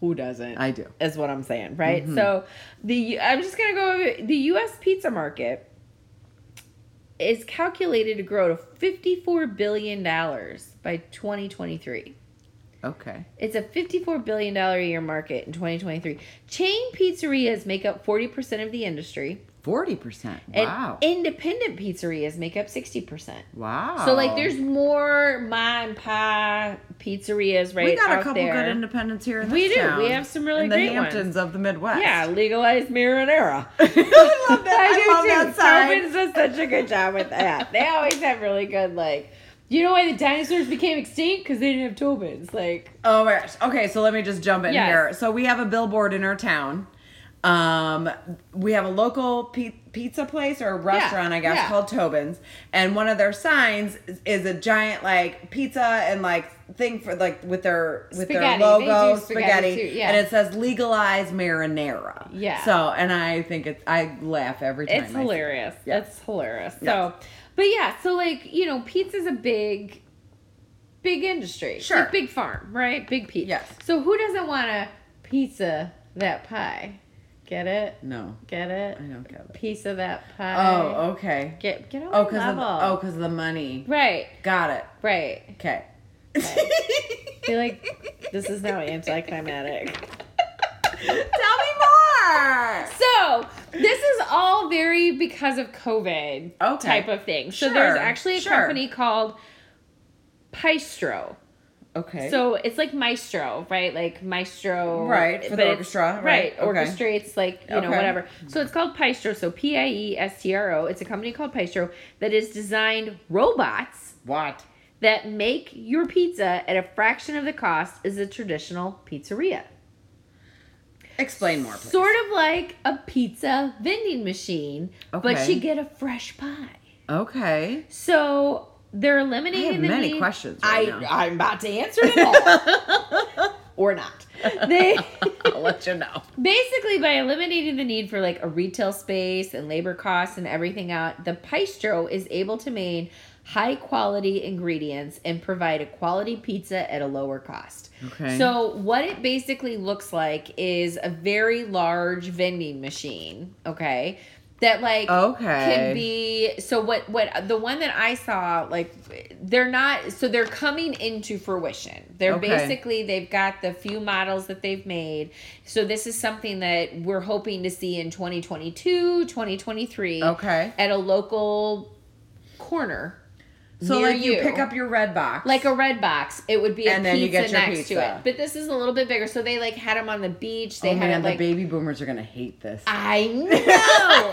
[SPEAKER 1] Who doesn't?
[SPEAKER 2] I Mm-hmm. do.
[SPEAKER 1] Is what I'm saying, right? So, the I'm just gonna go. Over, the U.S. pizza market is calculated to grow to 54 billion dollars by 2023.
[SPEAKER 2] Okay.
[SPEAKER 1] It's a $54 billion a year market in 2023. Chain pizzerias make up 40% of the industry,
[SPEAKER 2] Forty percent.
[SPEAKER 1] and
[SPEAKER 2] Wow.
[SPEAKER 1] independent pizzerias make up 60%.
[SPEAKER 2] wow.
[SPEAKER 1] So, like, there's more mom and pie pizzerias right
[SPEAKER 2] we got a
[SPEAKER 1] out
[SPEAKER 2] couple
[SPEAKER 1] there.
[SPEAKER 2] good independents here. In
[SPEAKER 1] We
[SPEAKER 2] this
[SPEAKER 1] do.
[SPEAKER 2] town.
[SPEAKER 1] We have some really
[SPEAKER 2] in the
[SPEAKER 1] great ones.
[SPEAKER 2] Hamptons of the Midwest.
[SPEAKER 1] yeah, legalized marinara.
[SPEAKER 2] I love that. I,
[SPEAKER 1] do
[SPEAKER 2] love
[SPEAKER 1] too.
[SPEAKER 2] that sign.
[SPEAKER 1] Tobin's does such a good job with that. they always have really good, like, you know why the dinosaurs became extinct? Because they didn't have Tobin's. Like,
[SPEAKER 2] Oh my gosh. Okay, so let me just jump in
[SPEAKER 1] Yes.
[SPEAKER 2] here. So we have a billboard in our town. Um, we have a local pi- pizza place or restaurant, I guess,
[SPEAKER 1] yeah.
[SPEAKER 2] called Tobin's, and one of their signs is, is a giant like pizza and like thing for like with their with
[SPEAKER 1] Spaghetti.
[SPEAKER 2] their
[SPEAKER 1] They do
[SPEAKER 2] logo
[SPEAKER 1] spaghetti, too, yeah.
[SPEAKER 2] and it says legalize marinara.
[SPEAKER 1] Yeah.
[SPEAKER 2] So and I think it's I laugh every time.
[SPEAKER 1] It's
[SPEAKER 2] I see it.
[SPEAKER 1] hilarious.
[SPEAKER 2] Yeah.
[SPEAKER 1] It's hilarious.
[SPEAKER 2] Yeah.
[SPEAKER 1] So, but yeah, so like you know, pizza's a big, big industry.
[SPEAKER 2] Sure.
[SPEAKER 1] Like, big farm, right? Big pizza.
[SPEAKER 2] Yes.
[SPEAKER 1] So who doesn't want a pizza that pie? Get it?
[SPEAKER 2] No,
[SPEAKER 1] Get it?
[SPEAKER 2] I don't get it.
[SPEAKER 1] Piece of that pie.
[SPEAKER 2] Oh, okay.
[SPEAKER 1] Get get on
[SPEAKER 2] Oh,
[SPEAKER 1] my
[SPEAKER 2] because of
[SPEAKER 1] level.
[SPEAKER 2] the, oh, because of the money.
[SPEAKER 1] Right.
[SPEAKER 2] Got it.
[SPEAKER 1] Right.
[SPEAKER 2] Okay.
[SPEAKER 1] feel like this is now anticlimactic.
[SPEAKER 2] Tell me
[SPEAKER 1] So this is all very because of COVID
[SPEAKER 2] Okay.
[SPEAKER 1] type of thing. So
[SPEAKER 2] Sure,
[SPEAKER 1] there's actually a
[SPEAKER 2] sure.
[SPEAKER 1] company called Paistro.
[SPEAKER 2] more. Okay.
[SPEAKER 1] So it's like maestro, right? Like maestro,
[SPEAKER 2] Right, for the
[SPEAKER 1] but it's-
[SPEAKER 2] orchestra,
[SPEAKER 1] right?
[SPEAKER 2] right, okay.
[SPEAKER 1] Orchestrates like you
[SPEAKER 2] Okay.
[SPEAKER 1] know whatever. So it's called Paestro. So P I E S T R O. It's a company called Paestro that has designed robots
[SPEAKER 2] what?
[SPEAKER 1] that make your pizza at a fraction of the cost as a traditional pizzeria.
[SPEAKER 2] Explain more, please.
[SPEAKER 1] Sort of like a pizza vending machine, but
[SPEAKER 2] Okay.
[SPEAKER 1] you get a fresh pie.
[SPEAKER 2] Okay.
[SPEAKER 1] So they're
[SPEAKER 2] I
[SPEAKER 1] eliminating
[SPEAKER 2] have
[SPEAKER 1] the
[SPEAKER 2] many
[SPEAKER 1] need-
[SPEAKER 2] questions
[SPEAKER 1] I
[SPEAKER 2] right now.
[SPEAKER 1] I'm about to answer it all, or not. They.
[SPEAKER 2] will let you know.
[SPEAKER 1] Basically, by eliminating the need for like a retail space and labor costs and everything out, the Paistro is able to maintain high quality ingredients and provide a quality pizza at a lower cost.
[SPEAKER 2] Okay.
[SPEAKER 1] So, what it basically looks like is a very large vending machine, okay? That
[SPEAKER 2] Oh,
[SPEAKER 1] like
[SPEAKER 2] Okay.
[SPEAKER 1] can be so what what the one that I saw like they're not so they're coming into fruition. They're
[SPEAKER 2] Okay.
[SPEAKER 1] basically they've got the few models that they've made. So this is something that we're hoping to see in 2022, 2023
[SPEAKER 2] Okay.
[SPEAKER 1] at a local corner.
[SPEAKER 2] So
[SPEAKER 1] near
[SPEAKER 2] like you. pick up your red box. Oh,
[SPEAKER 1] like a red box, it would be a
[SPEAKER 2] And
[SPEAKER 1] pizza
[SPEAKER 2] then you get your
[SPEAKER 1] next to
[SPEAKER 2] pizza.
[SPEAKER 1] it. But this is a little bit bigger. So they like had them on the beach. They
[SPEAKER 2] oh
[SPEAKER 1] had
[SPEAKER 2] man,
[SPEAKER 1] it, like
[SPEAKER 2] the baby boomers are gonna hate this.
[SPEAKER 1] I know.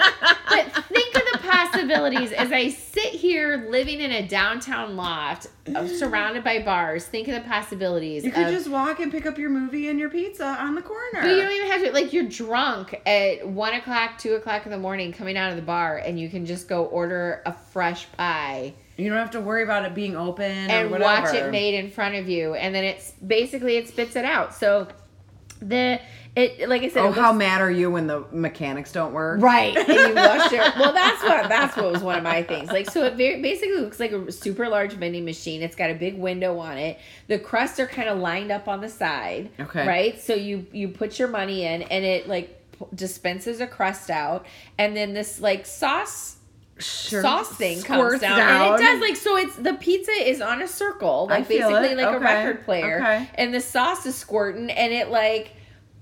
[SPEAKER 1] but think of the possibilities as I sit here living in a downtown loft uh, surrounded by bars. Think of the possibilities.
[SPEAKER 2] you could
[SPEAKER 1] of-
[SPEAKER 2] just walk and pick up your movie and your pizza on the corner.
[SPEAKER 1] But you don't even have to. Like, you're drunk at 1 o'clock, 2 o'clock in the morning coming out of the bar, and you can just go order a fresh pie
[SPEAKER 2] You don't have to worry about it being open or
[SPEAKER 1] and
[SPEAKER 2] whatever.
[SPEAKER 1] watch it made in front of you. And then it's basically, it spits it out. So, the. It, like I said,
[SPEAKER 2] Oh,
[SPEAKER 1] it
[SPEAKER 2] how
[SPEAKER 1] looks-
[SPEAKER 2] mad are you when the mechanics don't work?
[SPEAKER 1] Right. And you wash your well that's what that's what was one of my things. Like so it very, basically looks like a super large vending machine. It's got a big window on it. The crusts are kind of lined up on the side.
[SPEAKER 2] Okay.
[SPEAKER 1] Right? So you you put your money in and it like p- dispenses a crust out and then this like sauce
[SPEAKER 2] Sure.
[SPEAKER 1] sauce thing comes
[SPEAKER 2] Squirts
[SPEAKER 1] down, and it does like so it's the pizza is on a circle
[SPEAKER 2] I
[SPEAKER 1] like
[SPEAKER 2] feel
[SPEAKER 1] basically
[SPEAKER 2] it.
[SPEAKER 1] like a
[SPEAKER 2] Okay.
[SPEAKER 1] record player
[SPEAKER 2] Okay.
[SPEAKER 1] and the sauce is squirting and it like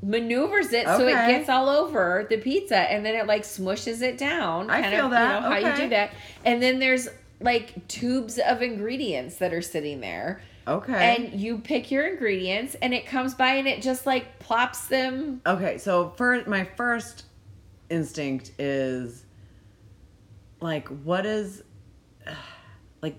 [SPEAKER 1] maneuvers it so it
[SPEAKER 2] Okay.
[SPEAKER 1] gets all over the pizza and then it like smushes it down
[SPEAKER 2] I
[SPEAKER 1] kind
[SPEAKER 2] feel
[SPEAKER 1] of
[SPEAKER 2] that.
[SPEAKER 1] you know how you
[SPEAKER 2] Okay.
[SPEAKER 1] do that and then there's like tubes of ingredients that are sitting there
[SPEAKER 2] Okay.
[SPEAKER 1] and you pick your ingredients and it comes by and it just like plops them
[SPEAKER 2] Okay, so first, my first instinct is like, what is like,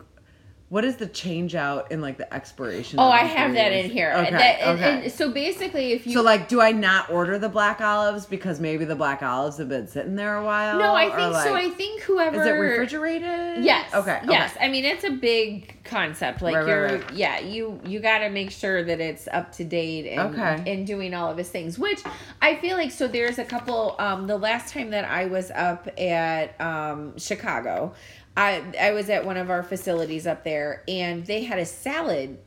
[SPEAKER 2] what is the change out in like the expiration?
[SPEAKER 1] oh
[SPEAKER 2] of
[SPEAKER 1] i
[SPEAKER 2] these
[SPEAKER 1] have that in
[SPEAKER 2] ingredients?
[SPEAKER 1] here
[SPEAKER 2] Okay,
[SPEAKER 1] That- and-
[SPEAKER 2] okay.
[SPEAKER 1] and so basically if you
[SPEAKER 2] so like, do I not order the black olives because maybe the black olives have been sitting there a while?
[SPEAKER 1] no i
[SPEAKER 2] Or,
[SPEAKER 1] think so
[SPEAKER 2] like,
[SPEAKER 1] i think whoever
[SPEAKER 2] is it refrigerated?
[SPEAKER 1] Yes.
[SPEAKER 2] Okay. okay.
[SPEAKER 1] Yes. I mean, it's a big concept. Like
[SPEAKER 2] Right, right,
[SPEAKER 1] you're,
[SPEAKER 2] right.
[SPEAKER 1] yeah, you you got to make sure that it's up to date and
[SPEAKER 2] Okay.
[SPEAKER 1] and doing all of his things. Which I feel like so. There's a couple. Um, the last time that I was up at um Chicago, I I was at one of our facilities up there, and they had a salad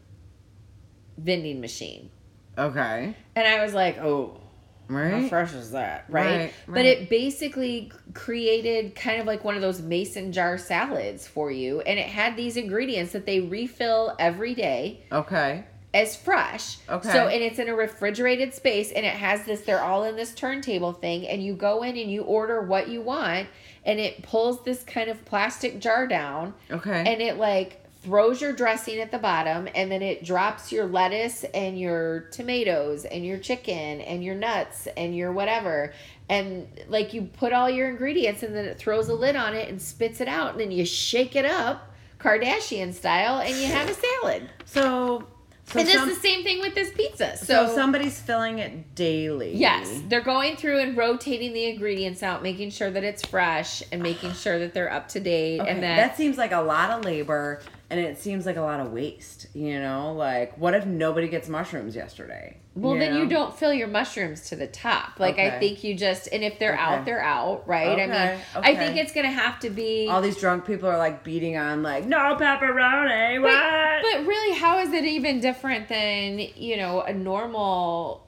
[SPEAKER 1] vending machine,
[SPEAKER 2] Okay.
[SPEAKER 1] and I was like, oh. How
[SPEAKER 2] Right.
[SPEAKER 1] fresh is that, right?
[SPEAKER 2] Right,
[SPEAKER 1] But
[SPEAKER 2] right.
[SPEAKER 1] it basically created kind of like one of those mason jar salads for you, and it had these ingredients that they refill every day
[SPEAKER 2] Okay.
[SPEAKER 1] as fresh.
[SPEAKER 2] Okay.
[SPEAKER 1] So and it's in a refrigerated space, and it has this. They're all in this turntable thing, and you go in and you order what you want, and it pulls this kind of plastic jar down,
[SPEAKER 2] Okay.
[SPEAKER 1] and it like throws your dressing at the bottom and then it drops your lettuce and your tomatoes and your chicken and your nuts and your whatever and like you put all your ingredients and then it throws a lid on it and spits it out and then you shake it up Kardashian style and you have a salad.
[SPEAKER 2] so. So,
[SPEAKER 1] and it's
[SPEAKER 2] some-
[SPEAKER 1] the same thing with this pizza. So,
[SPEAKER 2] so somebody's filling it daily.
[SPEAKER 1] yes, they're going through and rotating the ingredients out, making sure that it's fresh and making sure that they're up to date
[SPEAKER 2] Okay,
[SPEAKER 1] and
[SPEAKER 2] that, seems like a lot of labor and it seems like a lot of waste you know like what if nobody gets mushrooms yesterday
[SPEAKER 1] Well, then you
[SPEAKER 2] know?
[SPEAKER 1] don't fill your mushrooms to the top. Like I
[SPEAKER 2] Okay.
[SPEAKER 1] think you just and if they're
[SPEAKER 2] Okay.
[SPEAKER 1] out, they're out, right? I mean,
[SPEAKER 2] Okay,
[SPEAKER 1] I
[SPEAKER 2] okay.
[SPEAKER 1] think it's gonna have to be.
[SPEAKER 2] all these drunk people are like beating on like no pepperoni
[SPEAKER 1] but,
[SPEAKER 2] what
[SPEAKER 1] but really, how is it even different than you know a normal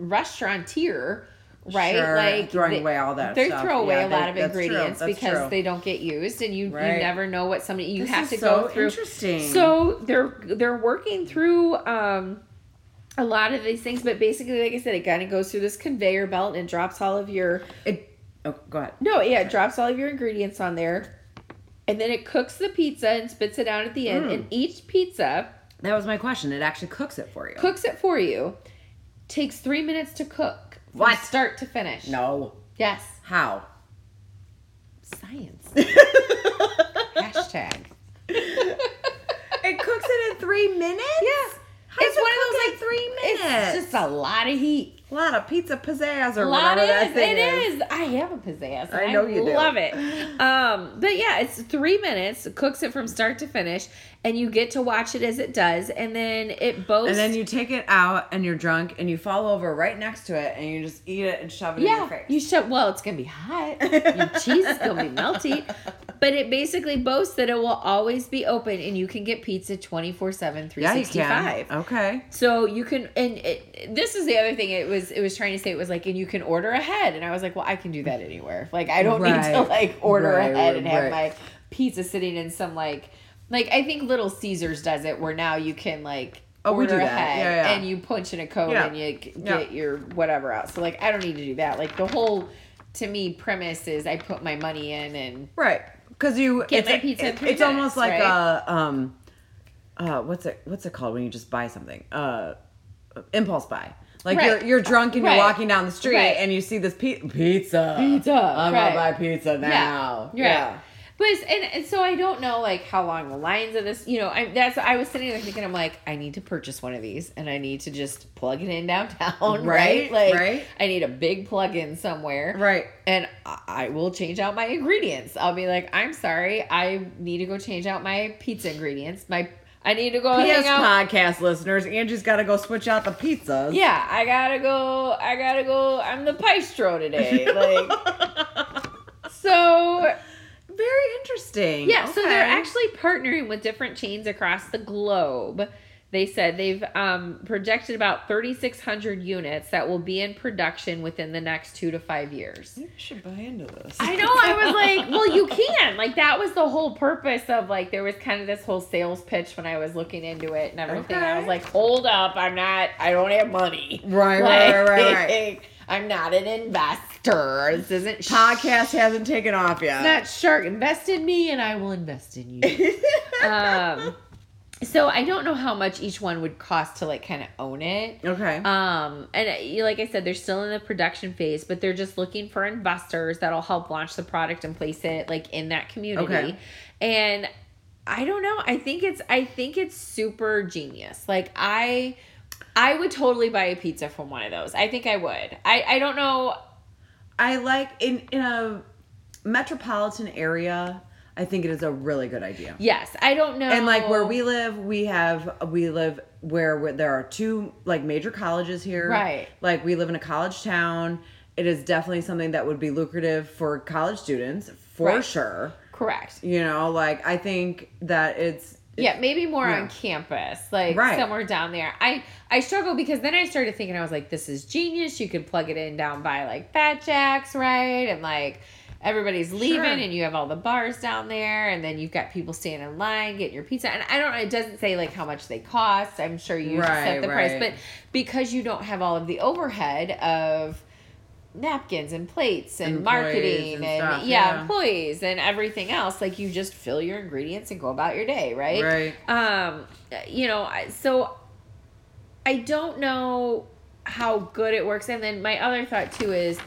[SPEAKER 1] restauranteer, right?
[SPEAKER 2] Sure,
[SPEAKER 1] like
[SPEAKER 2] throwing
[SPEAKER 1] they-
[SPEAKER 2] away all that
[SPEAKER 1] They
[SPEAKER 2] stuff.
[SPEAKER 1] throw away
[SPEAKER 2] Yeah,
[SPEAKER 1] a
[SPEAKER 2] that-
[SPEAKER 1] lot of
[SPEAKER 2] that's true,
[SPEAKER 1] ingredients
[SPEAKER 2] that's
[SPEAKER 1] because
[SPEAKER 2] true.
[SPEAKER 1] they don't get used, and you you
[SPEAKER 2] Right.
[SPEAKER 1] never know what somebody you
[SPEAKER 2] This
[SPEAKER 1] have
[SPEAKER 2] is
[SPEAKER 1] to
[SPEAKER 2] so
[SPEAKER 1] go through.
[SPEAKER 2] interesting
[SPEAKER 1] So they're they're working through um a lot of these things, but basically, like I said, it kind of goes through this conveyor belt and it drops all of your
[SPEAKER 2] it oh go ahead
[SPEAKER 1] no, yeah, it drops all of your ingredients on there, and then it cooks the pizza and spits it out at the end.
[SPEAKER 2] Mm.
[SPEAKER 1] And each pizza
[SPEAKER 2] that was my question it actually cooks it for you
[SPEAKER 1] cooks it for you. Takes three minutes to cook. from
[SPEAKER 2] What?
[SPEAKER 1] Start to finish.
[SPEAKER 2] no
[SPEAKER 1] Yes.
[SPEAKER 2] how
[SPEAKER 1] Science.
[SPEAKER 2] it
[SPEAKER 1] Hashtag.
[SPEAKER 2] cooks it in three minutes
[SPEAKER 1] Yeah.
[SPEAKER 2] How does
[SPEAKER 1] It's
[SPEAKER 2] it
[SPEAKER 1] one of
[SPEAKER 2] cook
[SPEAKER 1] those,
[SPEAKER 2] in
[SPEAKER 1] like,
[SPEAKER 2] three minutes
[SPEAKER 1] It's just a lot of heat.
[SPEAKER 2] a lot of pizza pizzazz or
[SPEAKER 1] lot
[SPEAKER 2] whatever that
[SPEAKER 1] is.
[SPEAKER 2] thing
[SPEAKER 1] It is. I have a pizzazz. and
[SPEAKER 2] I know you do.
[SPEAKER 1] Love it. Um, but yeah, it's three minutes. Cooks it from start to finish, and you get to watch it as it does, and then it boasts.
[SPEAKER 2] And then you take it out and you're drunk and you fall over right next to it and you just eat it and shove it in your
[SPEAKER 1] yeah,
[SPEAKER 2] face.
[SPEAKER 1] you should. Well, it's gonna be hot. Your cheese is gonna be melty. But it basically boasts that it will always be open, and you can get pizza 24 7
[SPEAKER 2] yeah, you
[SPEAKER 1] 365
[SPEAKER 2] can. Okay.
[SPEAKER 1] So you can, and it, this is the other thing. It was it was trying to say it was like, and you can order ahead, and I was like, well, I can do that anywhere. Like I don't need to
[SPEAKER 2] Right.
[SPEAKER 1] like order
[SPEAKER 2] Right,
[SPEAKER 1] ahead and have
[SPEAKER 2] right.
[SPEAKER 1] my pizza sitting in some like, like I think Little Caesars does it, where now you can like.
[SPEAKER 2] Oh, we
[SPEAKER 1] order
[SPEAKER 2] do that.
[SPEAKER 1] ahead
[SPEAKER 2] Yeah, yeah.
[SPEAKER 1] and you punch in a code
[SPEAKER 2] Yeah.
[SPEAKER 1] and you g-
[SPEAKER 2] Yeah.
[SPEAKER 1] get your whatever out. So like I don't need to do that. Like the whole to me premise is I put my money in and
[SPEAKER 2] Right. Because you
[SPEAKER 1] Get
[SPEAKER 2] it's,
[SPEAKER 1] my pizza in
[SPEAKER 2] it-
[SPEAKER 1] three
[SPEAKER 2] it's almost like
[SPEAKER 1] minutes, right?
[SPEAKER 2] a um uh what's it what's it called when you just buy something? Uh impulse buy. Like
[SPEAKER 1] Right.
[SPEAKER 2] you're you're drunk and
[SPEAKER 1] Right.
[SPEAKER 2] you're walking down the street
[SPEAKER 1] Right.
[SPEAKER 2] and you see this pi- pizza.
[SPEAKER 1] Pizza,
[SPEAKER 2] I'm gonna
[SPEAKER 1] right.
[SPEAKER 2] buy pizza now.
[SPEAKER 1] Yeah. yeah. But it's, and, and so I don't know like how long the lines of this, you know, I that's I was sitting there thinking I'm like I need to purchase one of these and I need to just plug it in downtown, right?
[SPEAKER 2] Right,
[SPEAKER 1] Like
[SPEAKER 2] right.
[SPEAKER 1] I need a big plug in somewhere.
[SPEAKER 2] Right.
[SPEAKER 1] And I, I will change out my ingredients. I'll be like, "I'm sorry, I need to go change out my pizza ingredients. My I need to go
[SPEAKER 2] P.S.
[SPEAKER 1] hang out
[SPEAKER 2] podcast listeners, Angie's got to go switch out the pizzas.
[SPEAKER 1] yeah, I gotta go. I gotta go. I'm the paestro today. Like, so
[SPEAKER 2] Very interesting.
[SPEAKER 1] Yeah, so they're
[SPEAKER 2] Okay.
[SPEAKER 1] actually partnering with different chains across the globe. They said they've um, projected about 3,600 units that will be in production within the next two to five years.
[SPEAKER 2] Maybe I should buy into this.
[SPEAKER 1] I know. I was like, well, you can. Like, that was the whole purpose of, like, there was kind of this whole sales pitch when I was looking into it and everything. I was
[SPEAKER 2] Okay.
[SPEAKER 1] like, hold up. I'm not, I don't have money.
[SPEAKER 2] Right, right, right, right.
[SPEAKER 1] Like, I'm not an investor. This isn't
[SPEAKER 2] Podcast hasn't taken off yet.
[SPEAKER 1] not shark. Invest in me and I will invest in you. um, So I don't know how much each one would cost to like kind of own it.
[SPEAKER 2] Okay.
[SPEAKER 1] Um, and uh, you- like I said, they're still in the production phase, but they're just looking for investors that'll help launch the product and place it like in that community.
[SPEAKER 2] Okay.
[SPEAKER 1] And I don't know. I think it's I think it's super genius. Like I I would totally buy a pizza from one of those. I think I would. I I don't know.
[SPEAKER 2] I like in in a metropolitan area. I think it is a really good idea.
[SPEAKER 1] Yes, I don't know.
[SPEAKER 2] And like where we live, we have we live where, where there are two like major colleges here.
[SPEAKER 1] Right.
[SPEAKER 2] Like we live in a college town. It is definitely something that would be lucrative for college students for
[SPEAKER 1] Right.
[SPEAKER 2] sure.
[SPEAKER 1] correct.
[SPEAKER 2] You know, like I think that it's
[SPEAKER 1] Yeah, maybe more
[SPEAKER 2] yeah.
[SPEAKER 1] on campus, like
[SPEAKER 2] Right.
[SPEAKER 1] somewhere down there. I I struggle because then I started thinking I was like, this is genius. You could plug it in down by like Fat Jacks, right? And like everybody's leaving,
[SPEAKER 2] Sure.
[SPEAKER 1] and you have all the bars down there, and then you've got people standing in line getting your pizza. And I don't. It doesn't say like how much they cost. I'm sure you
[SPEAKER 2] Right,
[SPEAKER 1] set the price,
[SPEAKER 2] right.
[SPEAKER 1] but because you don't have all of the overhead of napkins and plates and
[SPEAKER 2] Employees
[SPEAKER 1] marketing
[SPEAKER 2] and
[SPEAKER 1] and,
[SPEAKER 2] stuff,
[SPEAKER 1] yeah,
[SPEAKER 2] yeah.
[SPEAKER 1] employees and everything else like you just fill your ingredients and go about your day right
[SPEAKER 2] right.
[SPEAKER 1] um you know I- so i don't know how good it works and then my other thought too is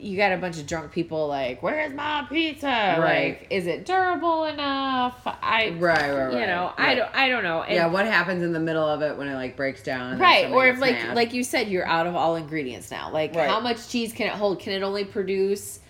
[SPEAKER 1] you got a bunch of drunk people like where's my pizza
[SPEAKER 2] Right.
[SPEAKER 1] like is it durable enough i
[SPEAKER 2] Right, right,
[SPEAKER 1] you
[SPEAKER 2] right,
[SPEAKER 1] know i
[SPEAKER 2] right.
[SPEAKER 1] don't i don't know And-
[SPEAKER 2] yeah, what happens in the middle of it when it like breaks down? and then
[SPEAKER 1] right
[SPEAKER 2] somebody
[SPEAKER 1] or if
[SPEAKER 2] gets
[SPEAKER 1] like
[SPEAKER 2] mad?
[SPEAKER 1] like you said you're out of all ingredients now like
[SPEAKER 2] Right.
[SPEAKER 1] how much cheese can it hold can it only produce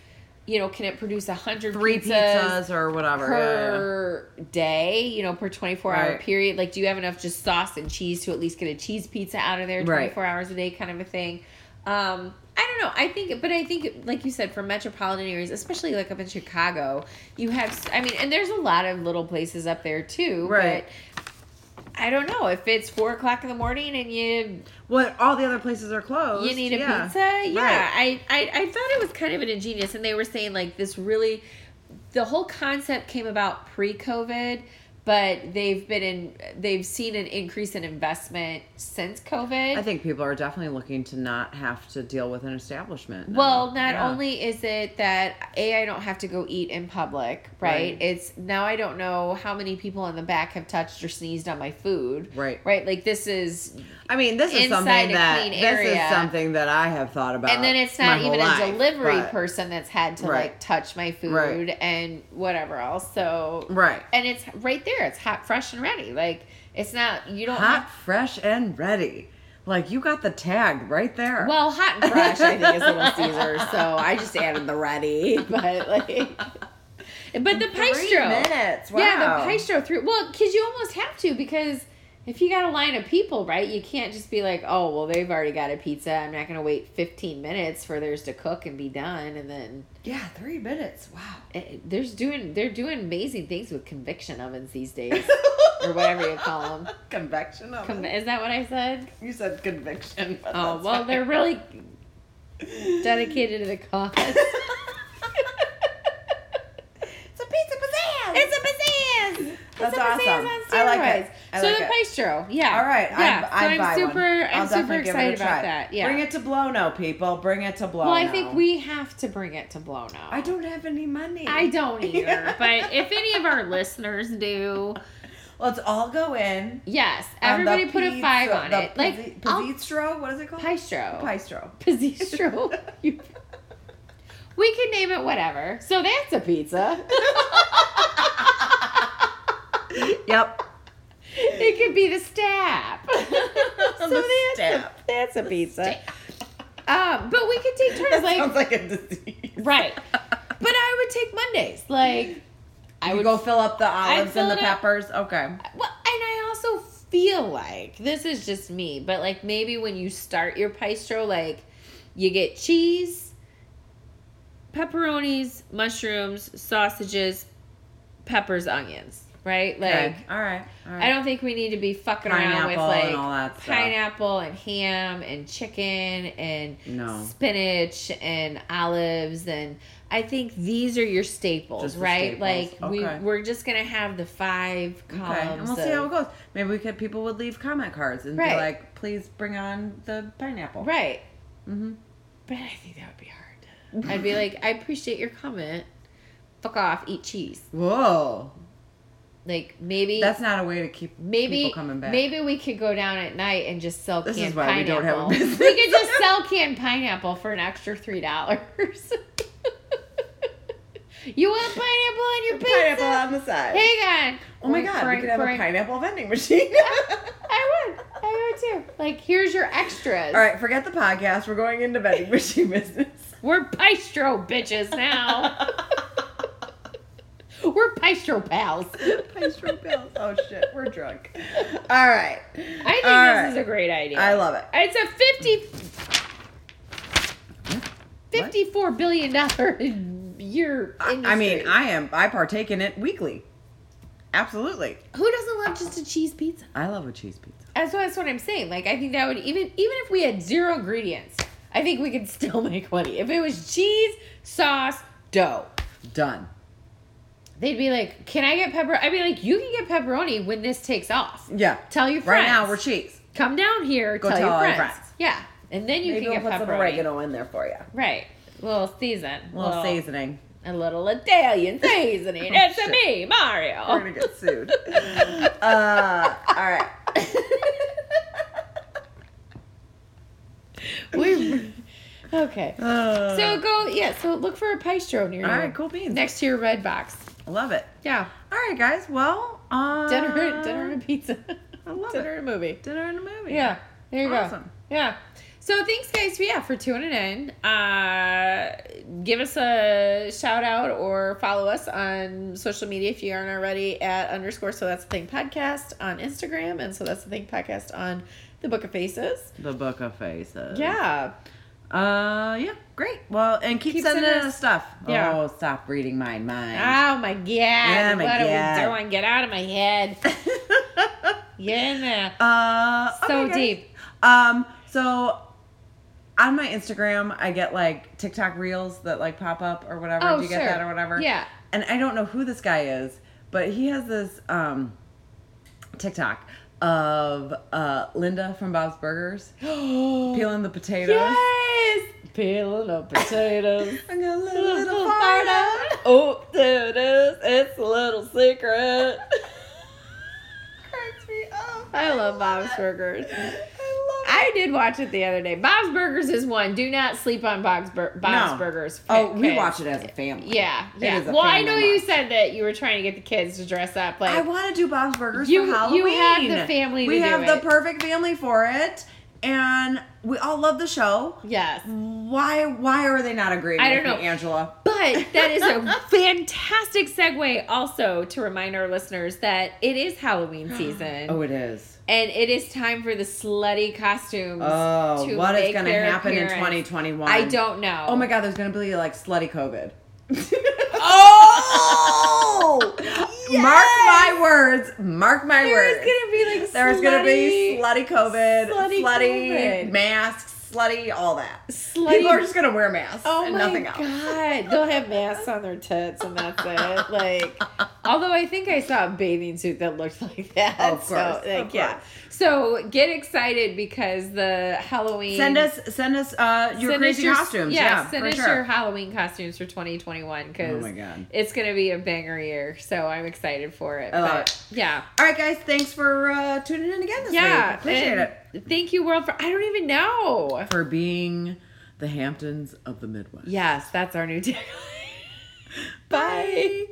[SPEAKER 1] you know can it produce a hundred
[SPEAKER 2] three pizzas or whatever. yeah.
[SPEAKER 1] per day, you know, per 24 hour
[SPEAKER 2] Right.
[SPEAKER 1] period. Like, do you have enough just sauce and cheese to at least get a cheese pizza out of there
[SPEAKER 2] Right.
[SPEAKER 1] 24 hours a day, kind of a thing? Um, I don't know. I think, but I think, like you said, for metropolitan areas, especially like up in Chicago, you have, s- I mean, and there's a lot of little places up there too.
[SPEAKER 2] Right.
[SPEAKER 1] But I don't know. If it's four o'clock in the morning and you
[SPEAKER 2] Well, all the other places are closed.
[SPEAKER 1] you need a
[SPEAKER 2] yeah.
[SPEAKER 1] pizza? Yeah. I, I I thought it was kind of an ingenious and they were saying like this really the whole concept came about pre-COVID, but they've been in they've seen an increase in investment since COVID.
[SPEAKER 2] I think people are definitely looking to not have to deal with an establishment. now.
[SPEAKER 1] Well, not
[SPEAKER 2] Yeah.
[SPEAKER 1] only is it that a I don't have to go eat in public, right?
[SPEAKER 2] Right.
[SPEAKER 1] It's now I don't know how many people in the back have touched or sneezed on my food.
[SPEAKER 2] Right.
[SPEAKER 1] Right? Like this is
[SPEAKER 2] I mean, this is
[SPEAKER 1] inside
[SPEAKER 2] something
[SPEAKER 1] a
[SPEAKER 2] that
[SPEAKER 1] clean
[SPEAKER 2] this
[SPEAKER 1] area.
[SPEAKER 2] is something that I have thought about.
[SPEAKER 1] and then it's
[SPEAKER 2] my
[SPEAKER 1] not
[SPEAKER 2] whole
[SPEAKER 1] even a
[SPEAKER 2] life,
[SPEAKER 1] delivery
[SPEAKER 2] but-
[SPEAKER 1] person that's had to
[SPEAKER 2] Right.
[SPEAKER 1] like touch my food
[SPEAKER 2] Right.
[SPEAKER 1] and whatever else. So
[SPEAKER 2] Right.
[SPEAKER 1] and it's right there. It's hot, fresh, and ready. Like it's not you don't
[SPEAKER 2] Hot, fresh, and ready. Like you got the tag right there.
[SPEAKER 1] have well hot and fresh. I think is Little Caesar. So I just added the ready, but like. But the
[SPEAKER 2] Three
[SPEAKER 1] paistro,
[SPEAKER 2] minutes. Wow.
[SPEAKER 1] yeah, the paistro through. Well, because you almost have to because if you got a line of people, right, you can't just be like, oh, well, they've already got a pizza. I'm not gonna wait 15 minutes for theirs to cook and be done, and then
[SPEAKER 2] Yeah, three minutes. Wow.
[SPEAKER 1] Eh, there's doing they're doing amazing things with conviction ovens these days or whatever you call them
[SPEAKER 2] Convection oven.
[SPEAKER 1] Con- is that what i said
[SPEAKER 2] you said conviction. But
[SPEAKER 1] oh
[SPEAKER 2] that's
[SPEAKER 1] well they're
[SPEAKER 2] fine.
[SPEAKER 1] really dedicated to the cause
[SPEAKER 2] It's a pizza pizzazz.
[SPEAKER 1] it's a pizzazz
[SPEAKER 2] That's
[SPEAKER 1] it's a pizzazz
[SPEAKER 2] awesome.
[SPEAKER 1] on
[SPEAKER 2] I like
[SPEAKER 1] steroids.
[SPEAKER 2] it. I
[SPEAKER 1] so
[SPEAKER 2] like
[SPEAKER 1] the
[SPEAKER 2] it.
[SPEAKER 1] paistro yeah
[SPEAKER 2] All right,
[SPEAKER 1] yeah
[SPEAKER 2] I, I
[SPEAKER 1] so
[SPEAKER 2] buy
[SPEAKER 1] i'm super
[SPEAKER 2] one. I'll
[SPEAKER 1] i'm super
[SPEAKER 2] definitely give it a
[SPEAKER 1] excited
[SPEAKER 2] try.
[SPEAKER 1] about that yeah
[SPEAKER 2] Bring it to Blono, people. Bring it to Blono.
[SPEAKER 1] well i think we have to bring it to blow now
[SPEAKER 2] I don't have any money.
[SPEAKER 1] I don't either,
[SPEAKER 2] Yeah.
[SPEAKER 1] but if any of our listeners do,
[SPEAKER 2] Let's all go in.
[SPEAKER 1] yes,
[SPEAKER 2] on the
[SPEAKER 1] everybody put a five
[SPEAKER 2] pizza-
[SPEAKER 1] on
[SPEAKER 2] the
[SPEAKER 1] it. Like,
[SPEAKER 2] pizzi-
[SPEAKER 1] I'll
[SPEAKER 2] pizzistro. What is it called?
[SPEAKER 1] Paistro.
[SPEAKER 2] Paistro.
[SPEAKER 1] Pizzistro. You- we can name it whatever. So that's a pizza.
[SPEAKER 2] yep.
[SPEAKER 1] it could be the stab. so
[SPEAKER 2] The
[SPEAKER 1] that's,
[SPEAKER 2] stab.
[SPEAKER 1] A, that's a pizza. Um, but we could take turns. Like,
[SPEAKER 2] Sounds like a disease.
[SPEAKER 1] right. But I would take Mondays. Like,
[SPEAKER 2] I
[SPEAKER 1] I would
[SPEAKER 2] would go fill up the olives
[SPEAKER 1] fill
[SPEAKER 2] and the
[SPEAKER 1] it up.
[SPEAKER 2] peppers. Okay.
[SPEAKER 1] Well, and I also feel like this is just me, but like maybe when you start your paistro, like you get cheese, pepperonis, mushrooms, sausages, peppers, onions, right? Like.
[SPEAKER 2] Okay. All right. All right.
[SPEAKER 1] I don't think we need to be fucking around with
[SPEAKER 2] Pineapple
[SPEAKER 1] like
[SPEAKER 2] and all that stuff.
[SPEAKER 1] pineapple and ham and chicken and
[SPEAKER 2] No.
[SPEAKER 1] spinach and olives and I think these are your staples,
[SPEAKER 2] Just the
[SPEAKER 1] right?
[SPEAKER 2] staples.
[SPEAKER 1] Like
[SPEAKER 2] Okay.
[SPEAKER 1] we we're just gonna have the five columns.
[SPEAKER 2] Okay, and we'll see how
[SPEAKER 1] of-
[SPEAKER 2] it goes. Maybe we could. People would leave comment cards and
[SPEAKER 1] Right.
[SPEAKER 2] be like, "Please bring on the pineapple."
[SPEAKER 1] Right,
[SPEAKER 2] Mm-hmm.
[SPEAKER 1] but I think that would be hard. I'd be like, I appreciate your comment. Fuck off, eat cheese.
[SPEAKER 2] Whoa.
[SPEAKER 1] Like maybe
[SPEAKER 2] That's not a way to keep
[SPEAKER 1] maybe
[SPEAKER 2] people coming back.
[SPEAKER 1] maybe we could go down at night and just sell
[SPEAKER 2] This is
[SPEAKER 1] canned
[SPEAKER 2] why we
[SPEAKER 1] pineapple.
[SPEAKER 2] don't have a business.
[SPEAKER 1] We could just sell canned pineapple for an extra three dollars. you want pineapple on your pizza?
[SPEAKER 2] pineapple on the side.
[SPEAKER 1] Hang on.
[SPEAKER 2] oh my
[SPEAKER 1] Boink,
[SPEAKER 2] god,
[SPEAKER 1] boink,
[SPEAKER 2] we could have
[SPEAKER 1] boink.
[SPEAKER 2] a pineapple vending machine.
[SPEAKER 1] I would. I would too. Like here's your extras.
[SPEAKER 2] All right, forget the podcast. We're going into vending machine business.
[SPEAKER 1] We're Paistro bitches now. We're Paistro pals.
[SPEAKER 2] Paistro pills. Oh shit, we're drunk. All right.
[SPEAKER 1] I think
[SPEAKER 2] All
[SPEAKER 1] this
[SPEAKER 2] right.
[SPEAKER 1] is a great idea.
[SPEAKER 2] I love it.
[SPEAKER 1] It's a 50 54 billion dollar year
[SPEAKER 2] I-
[SPEAKER 1] industry.
[SPEAKER 2] I mean, I am I partake in it weekly. Absolutely.
[SPEAKER 1] who doesn't love just a cheese pizza?
[SPEAKER 2] I love a cheese pizza.
[SPEAKER 1] That's what, that's what I'm saying. Like I think that would even even if we had zero ingredients, I think we could still make money. If it was cheese, sauce, dough.
[SPEAKER 2] Done.
[SPEAKER 1] They'd be like, "Can I get pepper?" I'd be like, "You can get pepperoni when this takes off.
[SPEAKER 2] Yeah.
[SPEAKER 1] Tell your
[SPEAKER 2] right
[SPEAKER 1] friends
[SPEAKER 2] now we're cheese.
[SPEAKER 1] come down here.
[SPEAKER 2] Go
[SPEAKER 1] tell,
[SPEAKER 2] tell
[SPEAKER 1] your
[SPEAKER 2] all your
[SPEAKER 1] friends.
[SPEAKER 2] friends.
[SPEAKER 1] Yeah, and then you
[SPEAKER 2] Maybe
[SPEAKER 1] can
[SPEAKER 2] we'll put
[SPEAKER 1] get
[SPEAKER 2] some
[SPEAKER 1] pepperoni.
[SPEAKER 2] oregano in there for you.
[SPEAKER 1] Right, a little season,
[SPEAKER 2] A little seasoning.
[SPEAKER 1] a little Italian seasoning.
[SPEAKER 2] Oh,
[SPEAKER 1] it's
[SPEAKER 2] shit.
[SPEAKER 1] me, Mario.
[SPEAKER 2] We're gonna get sued. uh, all right.
[SPEAKER 1] We- okay.
[SPEAKER 2] Uh,
[SPEAKER 1] So go, yeah. So look for a paistro near you.
[SPEAKER 2] all right, cool beans.
[SPEAKER 1] Next to your red box.
[SPEAKER 2] Love it.
[SPEAKER 1] Yeah,
[SPEAKER 2] All right, guys. Well, uh,
[SPEAKER 1] dinner, dinner and pizza.
[SPEAKER 2] I love
[SPEAKER 1] dinner and movie.
[SPEAKER 2] dinner and a movie.
[SPEAKER 1] Yeah, there you go.
[SPEAKER 2] Awesome.
[SPEAKER 1] Yeah. So thanks guys, yeah, for tuning in. Uh, give us a shout out or follow us on social media if you aren't already at underscore so that's the thing podcast on Instagram and so that's the thing podcast on the Book of Faces.
[SPEAKER 2] The Book of Faces.
[SPEAKER 1] Yeah.
[SPEAKER 2] Uh, yeah. Great. Well, and keep,
[SPEAKER 1] Keep
[SPEAKER 2] sending,
[SPEAKER 1] sending
[SPEAKER 2] us
[SPEAKER 1] us-
[SPEAKER 2] stuff.
[SPEAKER 1] Yeah.
[SPEAKER 2] Oh, stop reading mine. Mine.
[SPEAKER 1] Oh my god.
[SPEAKER 2] my
[SPEAKER 1] what are
[SPEAKER 2] God.
[SPEAKER 1] we doing? Get out of my head. Ah. Yeah. nah.
[SPEAKER 2] uh,
[SPEAKER 1] So
[SPEAKER 2] okay, guys.
[SPEAKER 1] deep.
[SPEAKER 2] Um, so on my Instagram, I get like TikTok reels that like pop up or whatever.
[SPEAKER 1] Oh,
[SPEAKER 2] Do you get
[SPEAKER 1] sure.
[SPEAKER 2] that or whatever?
[SPEAKER 1] Yeah.
[SPEAKER 2] And I don't know who this guy is, but he has this um TikTok of uh Linda from Bob's Burgers peeling the potatoes.
[SPEAKER 1] Oh. yes. Peeling up potatoes.
[SPEAKER 2] I'm gonna let a
[SPEAKER 1] little
[SPEAKER 2] little
[SPEAKER 1] fart
[SPEAKER 2] fart
[SPEAKER 1] out.
[SPEAKER 2] out.
[SPEAKER 1] Oh, there it is. It's a little secret.
[SPEAKER 2] Cracks me up.
[SPEAKER 1] I love Bob's Burgers.
[SPEAKER 2] I
[SPEAKER 1] I did watch it the other day. Bob's Burgers is one. Do not sleep on Bob's, Bur- Bob's
[SPEAKER 2] No.
[SPEAKER 1] Burgers.
[SPEAKER 2] love it. Oh, we
[SPEAKER 1] kids.
[SPEAKER 2] watch it as a family.
[SPEAKER 1] Yeah,
[SPEAKER 2] It
[SPEAKER 1] yeah.
[SPEAKER 2] is a
[SPEAKER 1] Well, I know
[SPEAKER 2] family
[SPEAKER 1] you
[SPEAKER 2] watch.
[SPEAKER 1] said that you were trying to get the kids to dress up. Like,
[SPEAKER 2] I want to do Bob's Burgers
[SPEAKER 1] You-
[SPEAKER 2] for
[SPEAKER 1] you
[SPEAKER 2] Halloween.
[SPEAKER 1] have the family to
[SPEAKER 2] We
[SPEAKER 1] do
[SPEAKER 2] have the
[SPEAKER 1] it.
[SPEAKER 2] perfect family for it, and we all love the show.
[SPEAKER 1] yes.
[SPEAKER 2] Why? Why are they not agreeing?
[SPEAKER 1] I
[SPEAKER 2] with
[SPEAKER 1] don't
[SPEAKER 2] me,
[SPEAKER 1] know.
[SPEAKER 2] Angela.
[SPEAKER 1] But that is a fantastic segue also to remind our listeners that it is Halloween season.
[SPEAKER 2] Oh, it is.
[SPEAKER 1] And it is time for the slutty costumes.
[SPEAKER 2] Oh,
[SPEAKER 1] to
[SPEAKER 2] what is
[SPEAKER 1] make
[SPEAKER 2] going to
[SPEAKER 1] their
[SPEAKER 2] happen
[SPEAKER 1] appearance.
[SPEAKER 2] in 2021?
[SPEAKER 1] I don't know.
[SPEAKER 2] Oh my God, there's going to be like slutty COVID.
[SPEAKER 1] Oh!
[SPEAKER 2] Mark my words. Mark my
[SPEAKER 1] There's
[SPEAKER 2] words.
[SPEAKER 1] gonna be like
[SPEAKER 2] There's going to be slutty COVID,
[SPEAKER 1] slutty
[SPEAKER 2] slutty,
[SPEAKER 1] COVID.
[SPEAKER 2] masks, slutty, all that.
[SPEAKER 1] slutty.
[SPEAKER 2] People are just going to wear masks
[SPEAKER 1] oh
[SPEAKER 2] and
[SPEAKER 1] my
[SPEAKER 2] nothing
[SPEAKER 1] god!
[SPEAKER 2] else.
[SPEAKER 1] They'll have masks on their tits and that's it. Like, although I think I saw a bathing suit that looked like that.
[SPEAKER 2] Oh, of
[SPEAKER 1] So,
[SPEAKER 2] course,
[SPEAKER 1] like,
[SPEAKER 2] of
[SPEAKER 1] yeah.
[SPEAKER 2] course.
[SPEAKER 1] So get excited because the Halloween.
[SPEAKER 2] Send us send us uh, your
[SPEAKER 1] send us
[SPEAKER 2] crazy costumes.
[SPEAKER 1] Yeah,
[SPEAKER 2] Yeah,
[SPEAKER 1] send
[SPEAKER 2] for
[SPEAKER 1] us
[SPEAKER 2] sure.
[SPEAKER 1] your Halloween costumes for 2021 because
[SPEAKER 2] Oh my God.
[SPEAKER 1] it's gonna be a banger year. So I'm excited for it.
[SPEAKER 2] I love
[SPEAKER 1] but, Yeah.
[SPEAKER 2] All right, guys. Thanks for uh, tuning in again this
[SPEAKER 1] Yeah,
[SPEAKER 2] week. Appreciate
[SPEAKER 1] and
[SPEAKER 2] it.
[SPEAKER 1] Thank you, world, for I don't even know.
[SPEAKER 2] For being the Hamptons of the Midwest.
[SPEAKER 1] Yes, that's our new tagline. Bye.